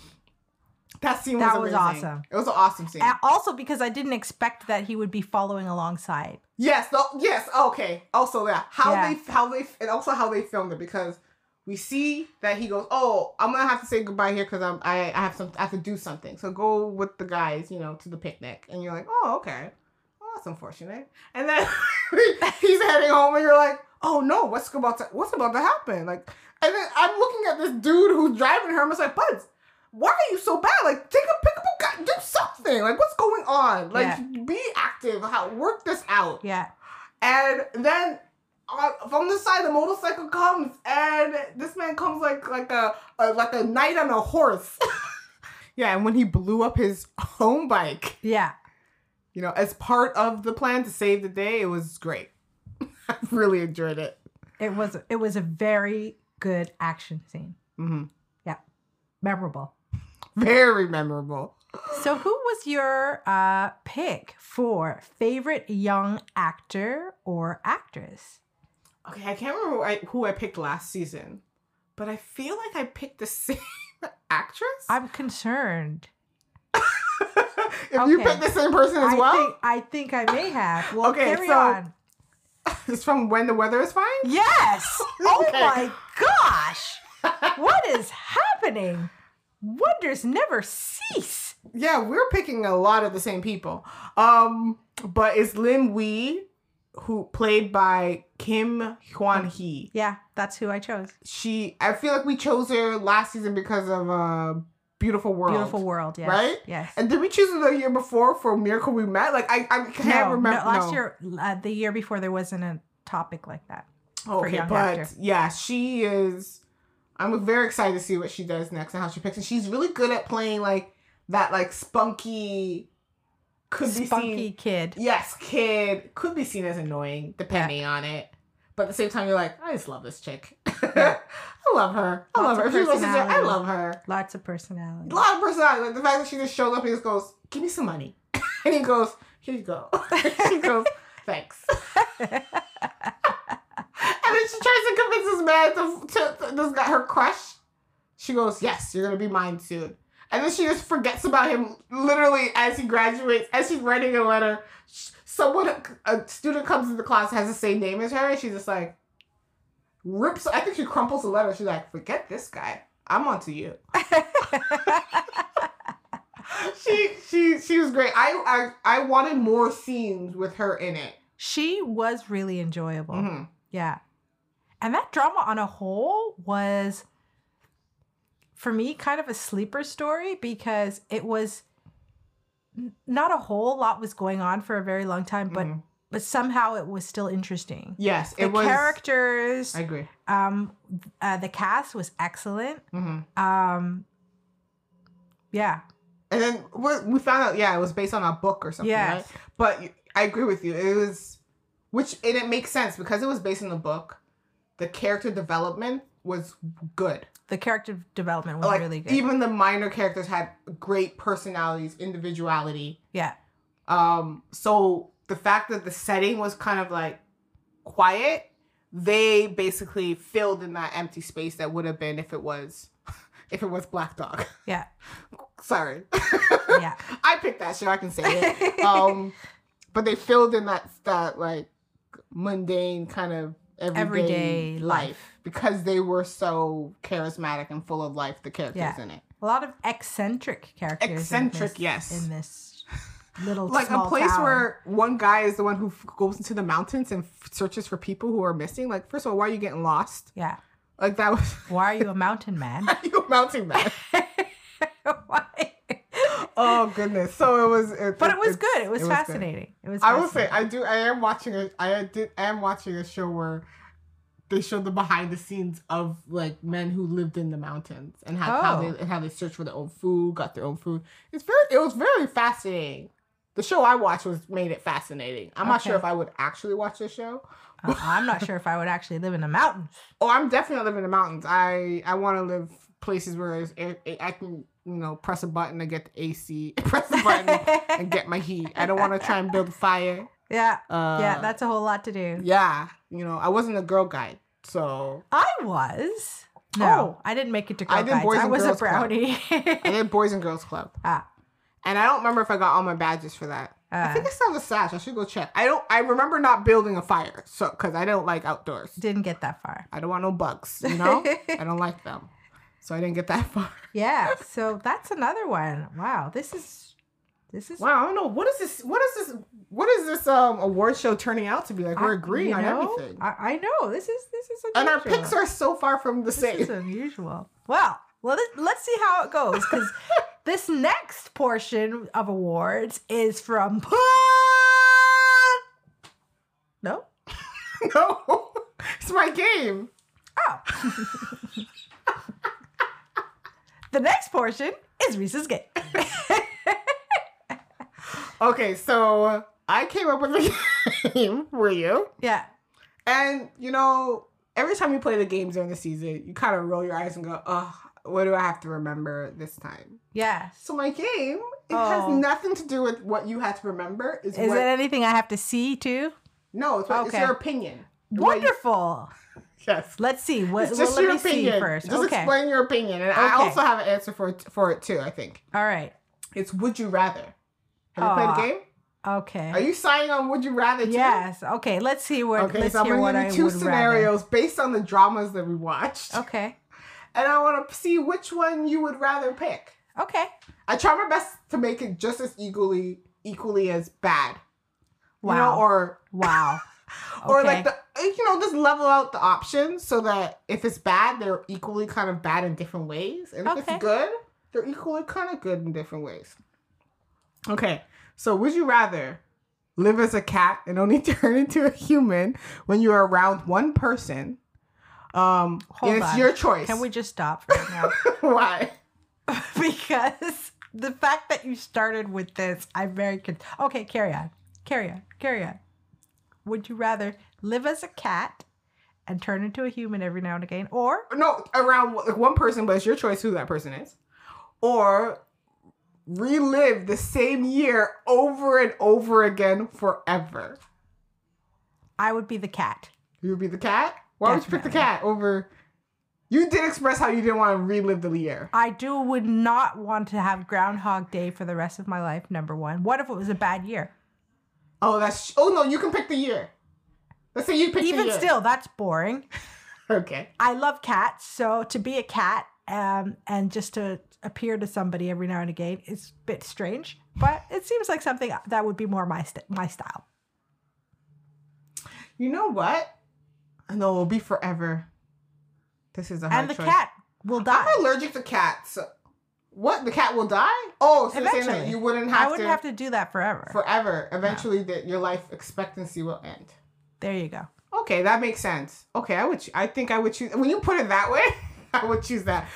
S3: that scene
S2: That was
S3: was amazing.
S2: awesome.
S3: It was an awesome scene.
S2: And also because I didn't expect that he would be following alongside.
S3: Yes. The, yes. Okay. Also, yeah. How
S2: Yeah.
S3: they, how they, and also how they filmed it because we see that he goes, "Oh, I'm gonna have to say goodbye here because I'm, I, I have some, I have to do something. So go with the guys, you know, to the picnic." And you're like, "Oh, okay. Well, that's unfortunate." And then he's heading home, and you're like, "Oh no, what's about to, what's about to happen?" Like, and then I'm looking at this dude who's driving her. I'm just like, "Buds." Why are you so bad? Like, take a pick up a guy, do something. Like, what's going on? Like, be active. How work this out?
S2: Yeah.
S3: And then on, from the side, the motorcycle comes, and this man comes like like a, a like a knight on a horse. yeah, and when he blew up his home bike,
S2: Yeah.
S3: you know, as part of the plan to save the day, it was great. I really enjoyed it.
S2: It was it was a very good action scene.
S3: hmm
S2: Memorable.
S3: Very memorable.
S2: So who was your uh pick for favorite young actor or actress?
S3: Okay, I can't remember who I, who I picked last season, but I feel like I picked the same actress.
S2: I'm concerned.
S3: if you
S2: okay.
S3: picked the same person as
S2: I
S3: well,
S2: think I think I may have. Well,
S3: Okay,
S2: carry
S3: so-
S2: on.
S3: it's from When the Weather Is Fine.
S2: Yes. Oh
S3: Okay.
S2: my gosh. What is happening? Wonders never cease.
S3: yeah, we're picking a lot of the same people. Um, but it's Lin Wee, who played by Kim Hwan Hee.
S2: Yeah, that's who I chose.
S3: She, I feel like we chose her last season because of uh, Beautiful World.
S2: Beautiful world. Yes.
S3: Right?
S2: Yes.
S3: And did we choose her the year before for Miracle We Met? Like I, I can't
S2: No,
S3: remember.
S2: No, last
S3: no.
S2: year, uh, the year before, there wasn't a topic like that. for
S3: Okay,
S2: young
S3: but
S2: actor.
S3: yeah, she is. I'm very excited to see what she does next and how she picks. And she's really good at playing like that, like spunky, could be seen
S2: Spunky kid.
S3: yes, kid could be seen as annoying depending on it. But at the same time, you're like, I just love this chick. I love her. I
S2: Lots
S3: love her.
S2: of
S3: If she listens to her, I
S2: personality.
S3: love her.
S2: Lots of personality.
S3: A lot of personality. Like the fact that she just showed up and just goes, "Give me some money," and he goes, "Here you go." she goes, "Thanks." and then she tries to convince this man to, to, to this guy her crush. She goes, "Yes, you're gonna be mine soon." And then she just forgets about him literally as he graduates. As she's writing a letter, sh- someone, a student comes into the class has the same name as her, and she's just like rips. I think she crumples the letter. She's like, "Forget this guy. I'm onto you." she she she was great. I I I wanted more scenes with her in it.
S2: she was really enjoyable.
S3: Mhm.
S2: Yeah. And that drama on a whole was, for me, kind of a sleeper story because it was n- not a whole lot was going on for a very long time, but
S3: Mhm.
S2: but somehow it was still interesting.
S3: Yes,
S2: The
S3: it was.
S2: characters,
S3: I agree.
S2: um, uh, the cast was excellent.
S3: hmm
S2: Um, yeah,
S3: And then we we found out. Yeah, it was based on a book or something.
S2: Yes.
S3: Right? But you- I agree with you. It was, which and it makes sense because it was based on the book. The character development was good.
S2: the character development was
S3: like
S2: really good.
S3: even the minor characters had great personalities, individuality.
S2: yeah,
S3: Um, so the fact that the setting was kind of like quiet, they basically filled in that empty space that would have been if it was if it was Black Dog.
S2: yeah,
S3: Sorry.
S2: yeah,
S3: I picked that show, I can say it. Um but they filled in that that like mundane kind of everyday,
S2: Everyday
S3: life,
S2: life.
S3: because they were so charismatic and full of life the characters
S2: Yeah.
S3: in it.
S2: A lot of eccentric characters. in
S3: Eccentric,
S2: this-
S3: yes.
S2: In this little
S3: like
S2: small
S3: a place
S2: town.
S3: where one guy is the one who f- goes into the mountains and f- searches for people who are missing. Like, first of all, why are you getting lost?
S2: yeah.
S3: Like that was
S2: Why are you a mountain man?
S3: you a mountain man.
S2: Why?
S3: oh goodness! So it was,
S2: But it was good. It was,
S3: it was good.
S2: fascinating. It was.
S3: I will say
S2: fascinating.
S3: I do. I am watching a. I did. I am watching a show where they show the behind the scenes of like men who lived in the mountains and how, how
S2: Oh.
S3: they and how they searched for their own food, got their own food. It's very. It was very fascinating. The show I watched was made it fascinating. I'm not sure
S2: Okay.
S3: if I would actually watch the show.
S2: Uh, I'm not sure if I would actually live in the mountains.
S3: Oh, I'm definitely living in the mountains. I I want to live places where it's, it, it- I can you know press a button to get the AC, press a button and get my heat. I don't want to try and build a fire.
S2: yeah,
S3: Uh,
S2: yeah, that's a whole lot to do.
S3: yeah. You know, I wasn't a girl guide, so
S2: I was. No, I didn't make it to girl
S3: Oh. I
S2: I
S3: did Boys
S2: I
S3: and
S2: was a
S3: Girls Club.
S2: brownie.
S3: I did Boys and Girls Club,
S2: ah,
S3: and I don't remember if I got all my badges for that. I
S2: Uh.
S3: think I still have a sash. I should go check. I don't. I remember not building a fire, so because I don't like outdoors.
S2: didn't get that far.
S3: I don't want no bugs. You know, I don't like them, so I didn't get that far.
S2: Yeah, so that's another one. Wow, this is this is
S3: Wow, I don't know what is this. What is this? What is this um award show turning out to be? Like we're
S2: I-
S3: agreeing
S2: you
S3: on
S2: know,
S3: everything,
S2: I, I know this is this is unusual.
S3: and our picks are so far from the
S2: this is
S3: same.
S2: unusual. Well, well, let- let's see how it goes because this next portion of awards is from Pun. No,
S3: no, it's my game.
S2: Oh. the next portion is Reese's game.
S3: Okay, so I came up with a game. Were you?
S2: yeah.
S3: And you know, every time you play the games during the season, you kind of roll your eyes and go, "Oh, what do I have to remember this time?"
S2: Yes.
S3: So my game it
S2: Oh.
S3: has nothing to do with what you had to remember. Is
S2: Is
S3: what?
S2: it anything I have to see too?
S3: no, it's, what, it's
S2: Okay.
S3: your opinion. What you-
S2: Wonderful.
S3: yes.
S2: Let's see. What,
S3: It's
S2: well,
S3: just
S2: let
S3: your
S2: me
S3: opinion.
S2: see first.
S3: Just
S2: okay.
S3: explain your opinion, and I
S2: Okay.
S3: also have an answer for it, for it too. I think
S2: All right.
S3: it's Would You Rather. Have you played
S2: Aw.
S3: the game?
S2: Okay.
S3: Are you signing on Would You Rather? Too?
S2: yes. Okay. Let's see what.
S3: Okay,
S2: let's
S3: so I'm
S2: hear what
S3: going
S2: I
S3: to give you two
S2: would rather.
S3: scenarios based on the dramas that we watched,
S2: Okay.
S3: and I want to see which one you would rather pick.
S2: Okay.
S3: I try my best to make it just as equally equally as bad.
S2: Wow.
S3: You know, or
S2: wow.
S3: or
S2: Okay.
S3: like the eh, you know just level out the options so that if it's bad they're equally kind of bad in different ways and if
S2: Okay.
S3: it's good they're equally kind of good in different ways okay so would you rather live as a cat and only turn into a human when you're around one person um
S2: Hold
S3: and it's
S2: on.
S3: your choice
S2: Can we just stop right now?
S3: why
S2: because the fact that you started with this, I'm very con- okay. Carry on, carry on, carry on. Would you rather live as a cat and turn into a human every now and again, or
S3: no around like one person but it's your choice who that person is or relive the same year over and over again forever
S2: I would be the cat?
S3: You would be the cat? Why would you pick the
S2: Definitely.
S3: cat over? You did express how you didn't want to relive the year.
S2: I do would not want to have Groundhog Day for the rest of my life. Number one, what if it was a bad year?
S3: Oh, that's. Oh no, you can pick the year. Let's say you pick the
S2: Even
S3: year.
S2: still, that's boring.
S3: Okay.
S2: I love cats, so to be a cat um, and just to appear to somebody every now and again is a bit strange, but it seems like something that would be more my st- my style.
S3: You know what? I know it'll be forever. This is a hard
S2: and the
S3: choice.
S2: cat will die.
S3: I'm allergic to cats. What? The cat will die? Oh, so you're saying that
S2: Eventually.
S3: you wouldn't have
S2: I wouldn't
S3: to,
S2: have to do that forever.
S3: forever. Eventually, that your life expectancy will end.
S2: there you go.
S3: Okay, that makes sense. Okay, I would. choo- I think I would choose. When you put it that way, I would choose that.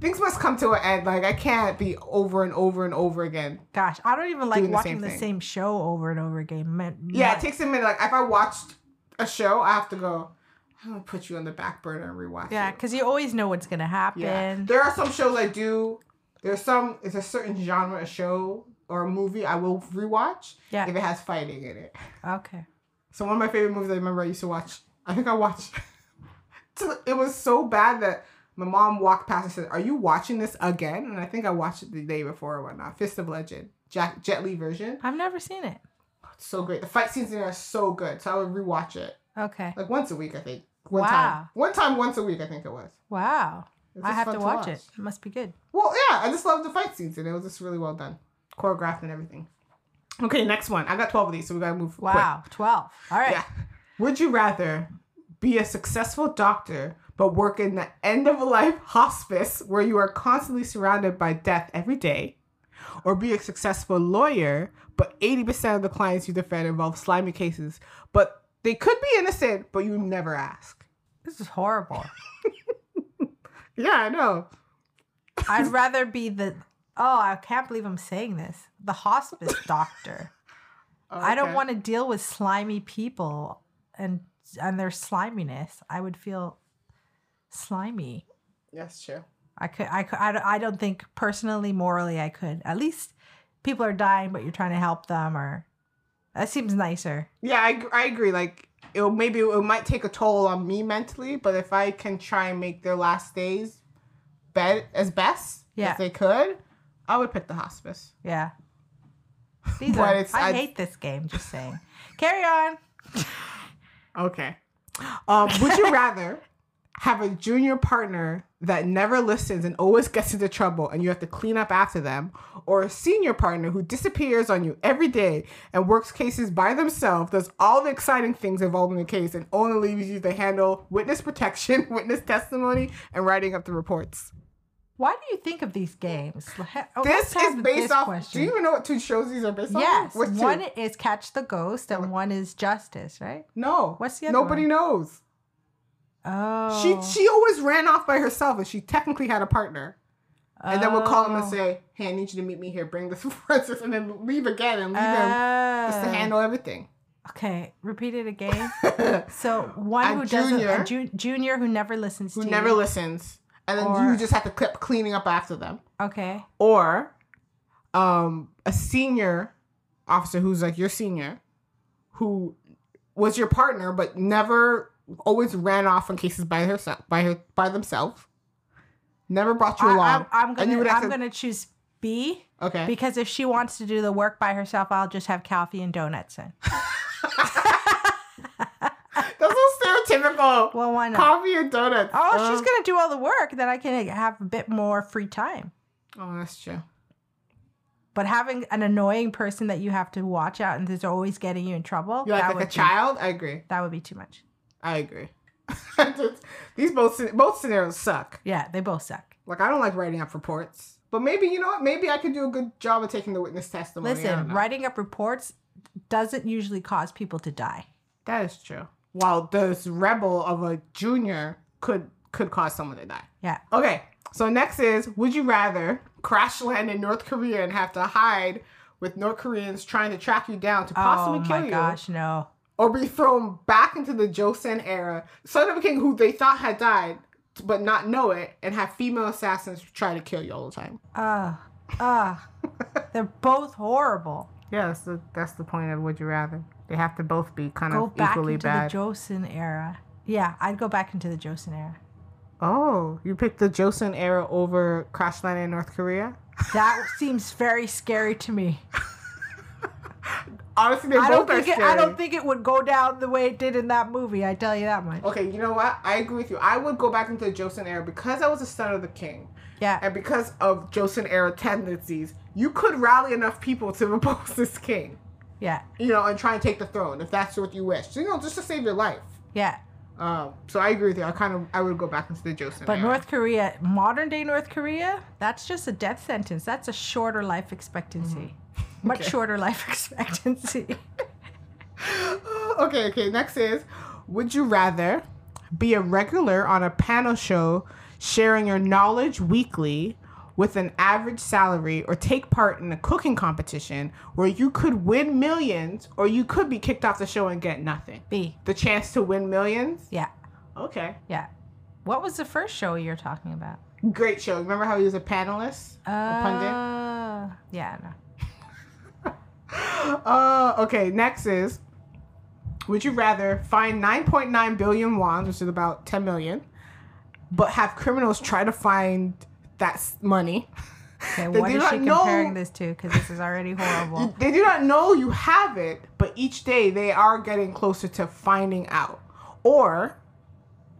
S3: Things must come to an end. Like I can't be over and over and over again.
S2: Gosh, I don't even like
S3: Doing the
S2: watching
S3: same
S2: the
S3: thing.
S2: same show over and over again. Man,
S3: Yeah, it
S2: my-
S3: takes a minute. Like if I watched a show, I have to go. I'm gonna put you on the back burner and rewatch.
S2: yeah,
S3: it."
S2: because you always know what's gonna happen.
S3: yeah. There are some shows I do. There's some. It's a certain genre, a show or a movie I will rewatch.
S2: Yeah.
S3: If it has fighting in it.
S2: Okay.
S3: So one of my favorite movies I remember I used to watch. I think I watched. it was so bad that my mom walked past and said, "Are you watching this again?" And I think I watched it the day before or whatnot. Fist of Legend, Jack Jet Li version.
S2: I've never seen it.
S3: It's so great. The fight scenes in there are so good. So I would rewatch it
S2: Okay.
S3: like once a week. I think one
S2: Wow.
S3: time, one time, once a week. I think it was.
S2: Wow.
S3: It's
S2: I
S3: just
S2: have
S3: fun
S2: to watch, it. It must be good.
S3: Well, yeah, I just loved the fight scenes and it was just really well done, choreographed and everything. Okay, next one. I got twelve of these, so we gotta move. quick.
S2: Wow, twelve. All right.
S3: Yeah. Would you rather be a successful doctor but work in the end of life hospice where you are constantly surrounded by death every day? Or be a successful lawyer, but 80% of the clients you defend involve slimy cases, but they could be innocent, but you never ask.
S2: This is horrible.
S3: Yeah, I know.
S2: I'd rather be the oh, I can't believe I'm saying this. The hospice doctor. I don't
S3: Okay.
S2: want to deal with slimy people and and their sliminess. I would feel slimy.
S3: That's true.
S2: I could I could I don't, I don't think personally morally I could. At least people are dying but you're trying to help them or that seems nicer.
S3: Yeah, I, I agree. Like, it'll maybe it might take a toll on me mentally, but if I can try and make their last days be- as best
S2: Yeah.
S3: as they could, I would pick the hospice.
S2: Yeah. These
S3: But
S2: are,
S3: it's-
S2: I
S3: I-
S2: hate this game just saying. Carry on.
S3: Okay. Um, would you rather have a junior partner that never listens and always gets into trouble and you have to clean up after them, or a senior partner who disappears on you every day and works cases by themselves, does all the exciting things involved in the case, and only leaves you to handle witness protection, witness testimony, and writing up the reports?
S2: Why do you think of these games? Oh, let's
S3: This
S2: have
S3: is based off.
S2: question.
S3: Do you even know what two shows these are based
S2: Yes,
S3: on? Which two?
S2: one is Catch the Ghost and one is Justice, right?
S3: no.
S2: What's the other
S3: Nobody
S2: one?
S3: knows.
S2: Oh,
S3: She she always ran off by herself, and she technically had a partner. And then we'll call him and
S2: Oh.
S3: say, "Hey, I need you to meet me here. Bring this princess, and then leave again and leave him just to
S2: Oh.
S3: handle everything."
S2: Okay, repeat it again. So one
S3: A
S2: who doesn't, a
S3: junior.
S2: ju- junior who never listens
S3: Who
S2: to
S3: never
S2: you.
S3: listens, and then
S2: Or-
S3: you just have to keep cleaning up after them,
S2: Okay,
S3: or um, a senior officer who's like your senior, who was your partner but never always ran off on cases by herself by her by themselves, never brought you
S2: I,
S3: along.
S2: I'm, I'm
S3: and
S2: gonna
S3: you would have
S2: I'm
S3: to-
S2: gonna choose B
S3: okay.
S2: because if she wants to do the work by herself, I'll just have coffee and donuts in.
S3: That's so stereotypical.
S2: Well, why not?
S3: Coffee and donuts.
S2: Oh,
S3: Uh,
S2: she's gonna do all the work, then I can have a bit more free time.
S3: Oh, that's true.
S2: But having an annoying person that you have to watch out and is always getting you in trouble,
S3: You
S2: that
S3: like, like
S2: would
S3: a
S2: be-
S3: child? I agree.
S2: that would be too much.
S3: I agree. These both scen- both scenarios suck.
S2: Yeah, they both suck.
S3: Like I don't like writing up reports, but maybe you know what? Maybe I could do a good job of taking the witness testimony. I don't
S2: Listen,
S3: know.
S2: writing up reports doesn't usually cause people to die.
S3: That is true. While this rebel of a junior could could cause someone to die.
S2: Yeah.
S3: Okay. So next is: Would you rather crash land in North Korea and have to hide with North Koreans trying to track you down to possibly
S2: oh
S3: kill
S2: my
S3: you?
S2: gosh, no.
S3: or be thrown back into the Joseon era, son of a king who they thought had died, but not know it, and have female assassins try to kill you all the time.
S2: Ugh. Ugh. They're both horrible.
S3: Yeah, that's the, that's the point of Would You Rather. They have to both be kind
S2: Go back into the Joseon era. Yeah, I'd go back into the Joseon era.
S3: oh, you picked the Joseon era over crash landing in North Korea?
S2: That seems very scary to me.
S3: Honestly, they
S2: I
S3: both
S2: don't
S3: are
S2: think it,
S3: scary.
S2: I don't think it would go down the way it did in that movie. I tell you that much.
S3: Okay, you know what? I agree with you. I would go back into the Joseon era because I was a son of the king.
S2: Yeah.
S3: And because of Joseon era tendencies, you could rally enough people to oppose this king.
S2: Yeah.
S3: you know, and try and take the throne if that's what you wish. You know, just to save your life.
S2: Yeah.
S3: Um, so I agree with you. I kind of I would go back into the Joseon.
S2: But
S3: era.
S2: North Korea, modern day North Korea, that's just a death sentence. That's a shorter life expectancy. Much
S3: Mm-hmm. Okay.
S2: shorter life expectancy.
S3: okay, okay. Next is, would you rather be a regular on a panel show sharing your knowledge weekly with an average salary, or take part in a cooking competition where you could win millions, or you could be kicked off the show and get nothing?
S2: B.
S3: The chance to win millions.
S2: Yeah.
S3: Okay.
S2: Yeah. What was the first show you're talking about?
S3: Great show. Remember how he was a panelist, a pundit.
S2: Uh, yeah, no.
S3: Uh, okay, next is Would you rather find 9.9 billion wands, which is about 10 million, but have criminals try to find that s- money?
S2: Okay,
S3: They
S2: what
S3: do
S2: is
S3: not
S2: she
S3: know-
S2: comparing this to? Because this is already horrible.
S3: They do not know you have it, but each day they are getting closer to finding out. Or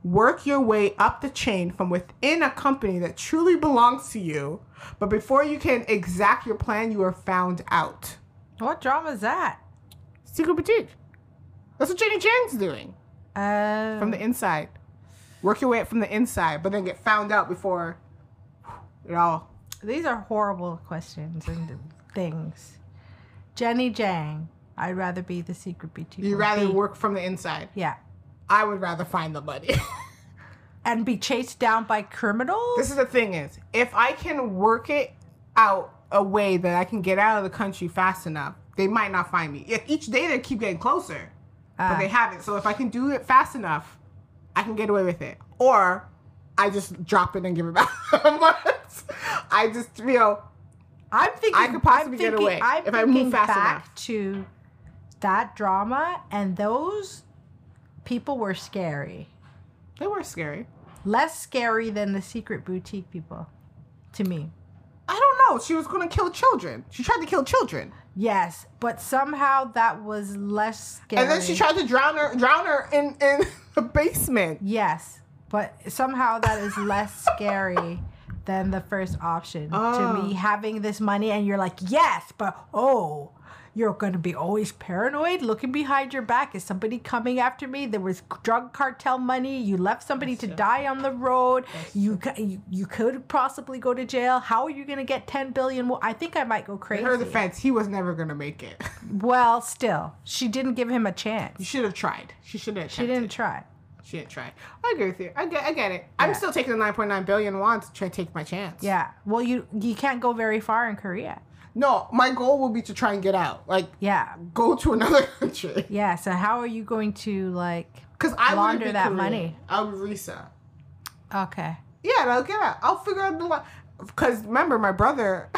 S3: Work your way up the chain from within a company that truly belongs to you, but before you can exact your plan, you are found out.
S2: What drama is that?
S3: Secret boutique. That's what Jenny Jan's doing
S2: Uh,
S3: from the inside. Work your way up from the inside, but then get found out before it all.
S2: These are horrible questions and things. Jenny Jang, I'd rather be the secret BT.
S3: You'd rather work from the inside.
S2: Yeah.
S3: I would rather find the money.
S2: And be chased down by criminals?
S3: this is the thing is, if I can work it out a way that I can get out of the country fast enough, they might not find me. Yet Each day they keep getting closer, but
S2: Ah.
S3: they haven't. So if I can do it fast enough, I can get away with it. Or I just drop it and give it back. I just, you know,
S2: I'm thinking
S3: I could possibly
S2: I'm
S3: get
S2: thinking-
S3: away
S2: I'm
S3: if I move
S2: thinking
S3: fast
S2: back
S3: enough.
S2: to that drama and those people were scary.
S3: they were scary.
S2: Less scary than the secret boutique people to me.
S3: I don't know. She was going to kill children. She tried to kill children.
S2: Yes, but somehow that was less scary.
S3: And then she tried to drown her drown her in in the basement.
S2: Yes, but somehow that is less scary than the first option to
S3: Oh.
S2: me. Having this money and you're like, yes, but oh, you're going to be always paranoid, looking behind your back. Is somebody coming after me? There was drug cartel money. You left somebody to die on the road. You, ca- you you could possibly go to jail. How are you going to get 10 billion more? I think I might go
S3: In
S2: crazy.
S3: her defense, he was never gonna make it.
S2: Well, still, she didn't give him a
S3: You
S2: chance.
S3: should have tried. She should have.
S2: She didn't try.
S3: She didn't try. I agree with you. I get. I get it. I'm
S2: Yeah.
S3: still taking the 9.9 billion won to try to take my chance.
S2: Yeah. Well, you you can't go very far in Korea.
S3: No, my goal will be to try and get out. Like
S2: Yeah.
S3: go to another country.
S2: Yeah, so how are you going to like
S3: Cause I
S2: Launder
S3: wouldn't be
S2: that
S3: Korean.
S2: money.
S3: I would Risa.
S2: okay.
S3: Yeah, and I'll get out. I'll figure out the line. Because remember, my brother,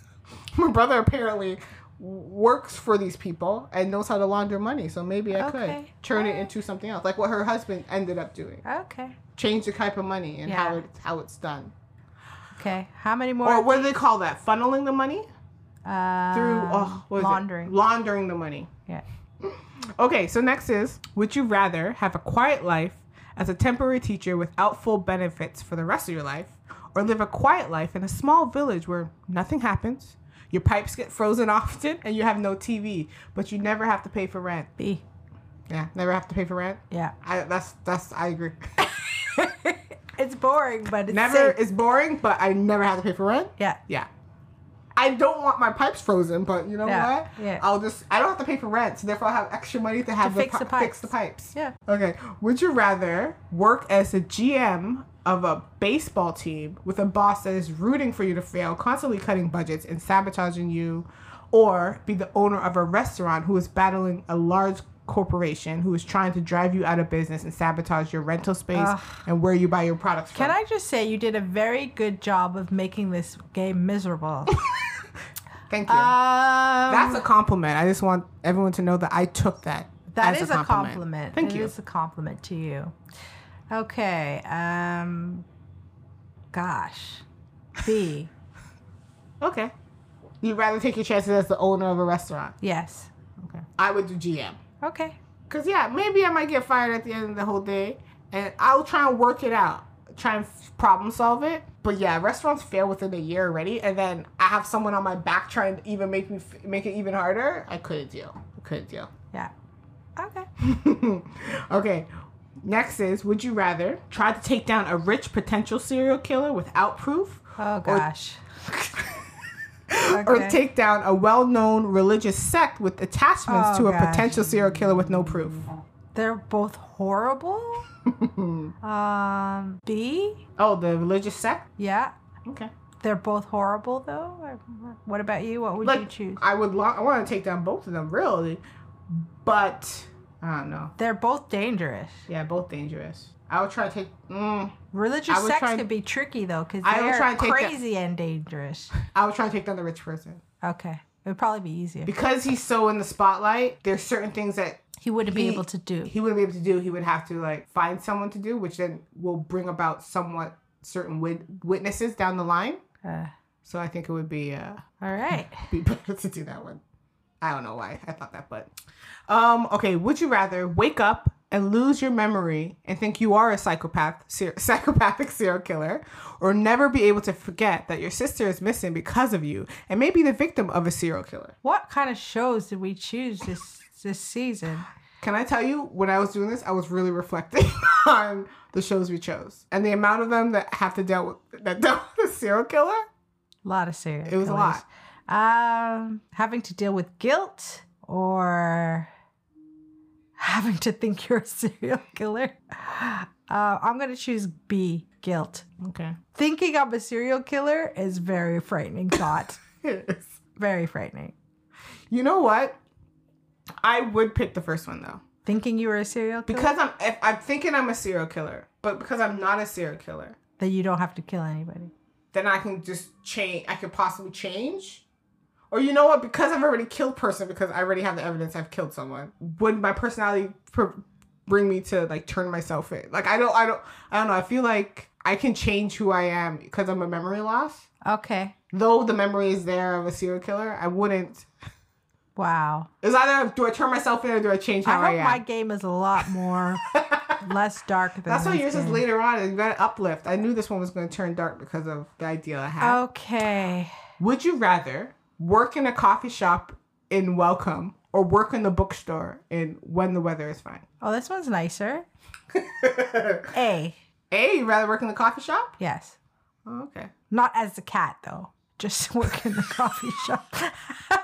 S3: my brother apparently works for these people and knows how to launder money. So maybe I
S2: Okay.
S3: could turn it
S2: Alright.
S3: into something else, like what her husband ended up doing.
S2: Okay.
S3: Change the type of money and how
S2: Yeah.
S3: it how it's done.
S2: Okay. How many more
S3: Or what do they call that? Funneling the money
S2: uh,
S3: through oh, what is it?
S2: laundering.
S3: Laundering the money.
S2: Yeah.
S3: Okay, so next is Would you rather have a quiet life as a temporary teacher without full benefits for the rest of your life, or live a quiet life in a small village where nothing happens, your pipes get frozen often, and you have no TV, but you never have to pay for rent?
S2: B.
S3: Yeah, never have to pay for rent.
S2: Yeah.
S3: I, that's that's I agree.
S2: it's boring, but it's
S3: never
S2: safe.
S3: it's boring, but I never have to pay for rent.
S2: Yeah.
S3: Yeah. I don't want my pipes frozen, but you know
S2: Yeah,
S3: what?
S2: yeah.
S3: I'll just I don't have to pay for rent, so therefore I'll have extra money to have
S2: fix
S3: the,
S2: the
S3: pi- fix the pipes.
S2: Yeah.
S3: Okay. Would you rather work as a GM of a baseball team with a boss that is rooting for you to fail, constantly cutting budgets and sabotaging you, or be the owner of a restaurant who is battling a large corporation who is trying to drive you out of business and sabotage your rental space
S2: Ugh.
S3: and where you buy your products from?
S2: Can I just say you did a very good job of making this game miserable.
S3: Thank you.
S2: um
S3: That's a compliment. I just want everyone to know that I took that.
S2: That
S3: as
S2: is a compliment.
S3: Thank
S2: It
S3: you.
S2: is a compliment to you. Okay. Um gosh. B.
S3: Okay. You'd rather take your chances as the owner of a restaurant.
S2: yes.
S3: Okay. I would do GM.
S2: Okay.
S3: Cause yeah, maybe I might get fired at the end of the whole day, and I'll try and work it out, try and f- problem solve it. But yeah, restaurants fail within a year already, and then I have someone on my back trying to even make me f- make it even harder. I couldn't deal. I couldn't deal.
S2: Yeah. Okay.
S3: okay. Next is Would you rather try to take down a rich potential serial killer without proof?
S2: Oh
S3: or-
S2: gosh.
S3: Or
S2: Okay.
S3: take down a well known religious sect with attachments
S2: Oh,
S3: to a
S2: gosh.
S3: potential serial killer with no proof?
S2: They're both horrible. um, B.
S3: Oh, the religious sect?
S2: Yeah,
S3: Okay.
S2: they're both horrible though. What about you? What would you
S3: Like,
S2: choose?
S3: I would lo- I want to take down both of them, really. But, I don't know.
S2: They're both dangerous.
S3: Yeah, both dangerous. I would try to take. Mm, I
S2: Religious
S3: would
S2: sects
S3: try-
S2: could be tricky though, because
S3: I would
S2: they're
S3: try and take that-
S2: crazy and dangerous.
S3: I would try to take down the rich person
S2: Okay, it would probably be easier.
S3: because he's so in the spotlight. There's certain things that
S2: He wouldn't be
S3: he-
S2: able to do.
S3: he wouldn't be able to do. He would have to like find someone to do, which then will bring about somewhat certain wit- witnesses down the line.
S2: Uh,
S3: So I think it would be uh,
S2: all right.
S3: be better to do that one. I don't know why I thought that, but um, okay. Would you rather wake up and lose your memory and think you are a psychopath, ser- psychopathic serial killer, or never be able to forget that your sister is missing because of you and may be the victim of a serial killer.
S2: What kind of shows did we choose this this season?
S3: Can I tell you, when I was doing this, I was really reflecting on the shows we chose and the amount of them that have to deal with that dealt with a serial killer.
S2: A lot of serial.
S3: It was a
S2: killers. Um, having to deal with guilt or having to think you're a serial killer. Uh, I'm gonna choose B. Guilt.
S3: Okay.
S2: Thinking I'm a serial killer is very frightening thought. very frightening.
S3: You know what? I would pick the first one though.
S2: Thinking you were a serial killer
S3: Because I'm if I'm thinking I'm a serial killer, but because I'm not a serial killer,
S2: that you don't have to kill anybody.
S3: then I can just change I could possibly change. Or you know what? Because I've already killed person because I already have the evidence I've killed someone. Would my personality pr- bring me to like turn myself in? Like I don't I don't I don't know. I feel like I can change who I am because I'm a memory loss.
S2: Okay.
S3: Though the memory is there of a serial killer, I wouldn't.
S2: Wow.
S3: It's either do I turn myself in or do I change how I,
S2: I hope
S3: am.
S2: my game is a lot more less dark than
S3: That's why
S2: this
S3: yours is
S2: game.
S3: later on. and You got an uplift. I knew this one was going to turn dark because of the idea I
S2: Oh.
S3: had.
S2: Okay.
S3: Would you rather work in a coffee shop in Welcome or work in the bookstore in When the Weather Is Fine?
S2: Oh, this one's nicer.
S3: a,
S2: A.
S3: you rather work in the coffee shop?
S2: Yes.
S3: Oh, okay.
S2: Not as the cat though. Just work in the coffee shop.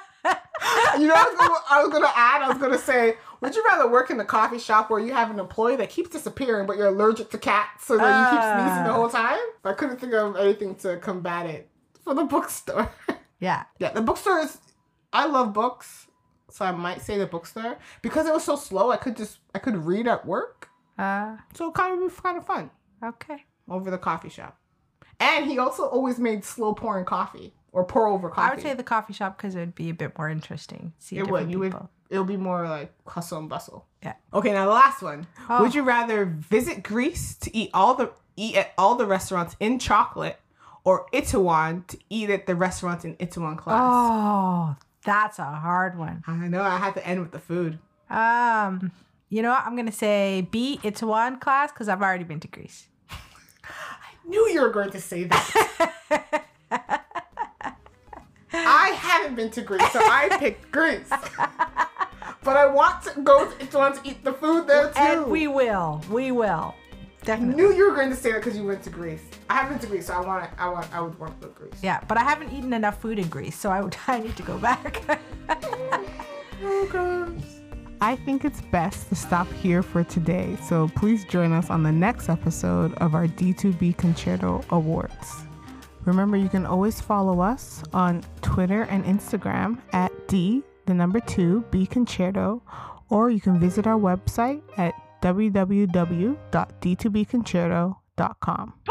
S3: You know, what I was going to add, I was going to say, would you rather work in the coffee shop where you have an employee that keeps disappearing, but you're allergic to cats, so that you keep sneezing the
S2: Ah.
S3: whole time? I couldn't think of anything to combat it for the bookstore.
S2: yeah.
S3: Yeah, the bookstore is. I love books, so I might say the bookstore because it was so slow. I could just I could read at work,
S2: Uh,
S3: so it kind of was kind of fun
S2: okay.
S3: over the coffee shop. And he also always made slow pouring coffee or pour over
S2: I
S3: coffee.
S2: would say the coffee shop because it would be a bit more interesting. See
S3: it
S2: different
S3: would you would
S2: people.
S3: it'll be more like hustle and bustle.
S2: Yeah.
S3: Okay, now the last one.
S2: Oh.
S3: Would you rather visit Greece to eat all the eat at all the restaurants in chocolate, or Itawan to eat at the restaurants in Itawan class?
S2: Oh, that's a hard one.
S3: I know I had to end with the food.
S2: Um, you know what? I'm gonna say B. It's one class because I've already been to Greece.
S3: knew you were going to say that. I haven't been to Greece, so I picked Greece. but I want to go to, to want to eat the food there too.
S2: And we will. We will. Definitely.
S3: knew you were going to say that because you went to Greece. I haven't been to Greece, so I want to, I want I would want to go to Greece.
S2: Yeah, but I haven't eaten enough food in Greece, so I, would- I need to go back.
S3: I think it's best to stop here for today, so please join us on the next episode of our D2B Concerto Awards. Remember, you can always follow us on Twitter and Instagram at D, the number two, B Concerto, or you can visit our website at www.d2bconcerto.com.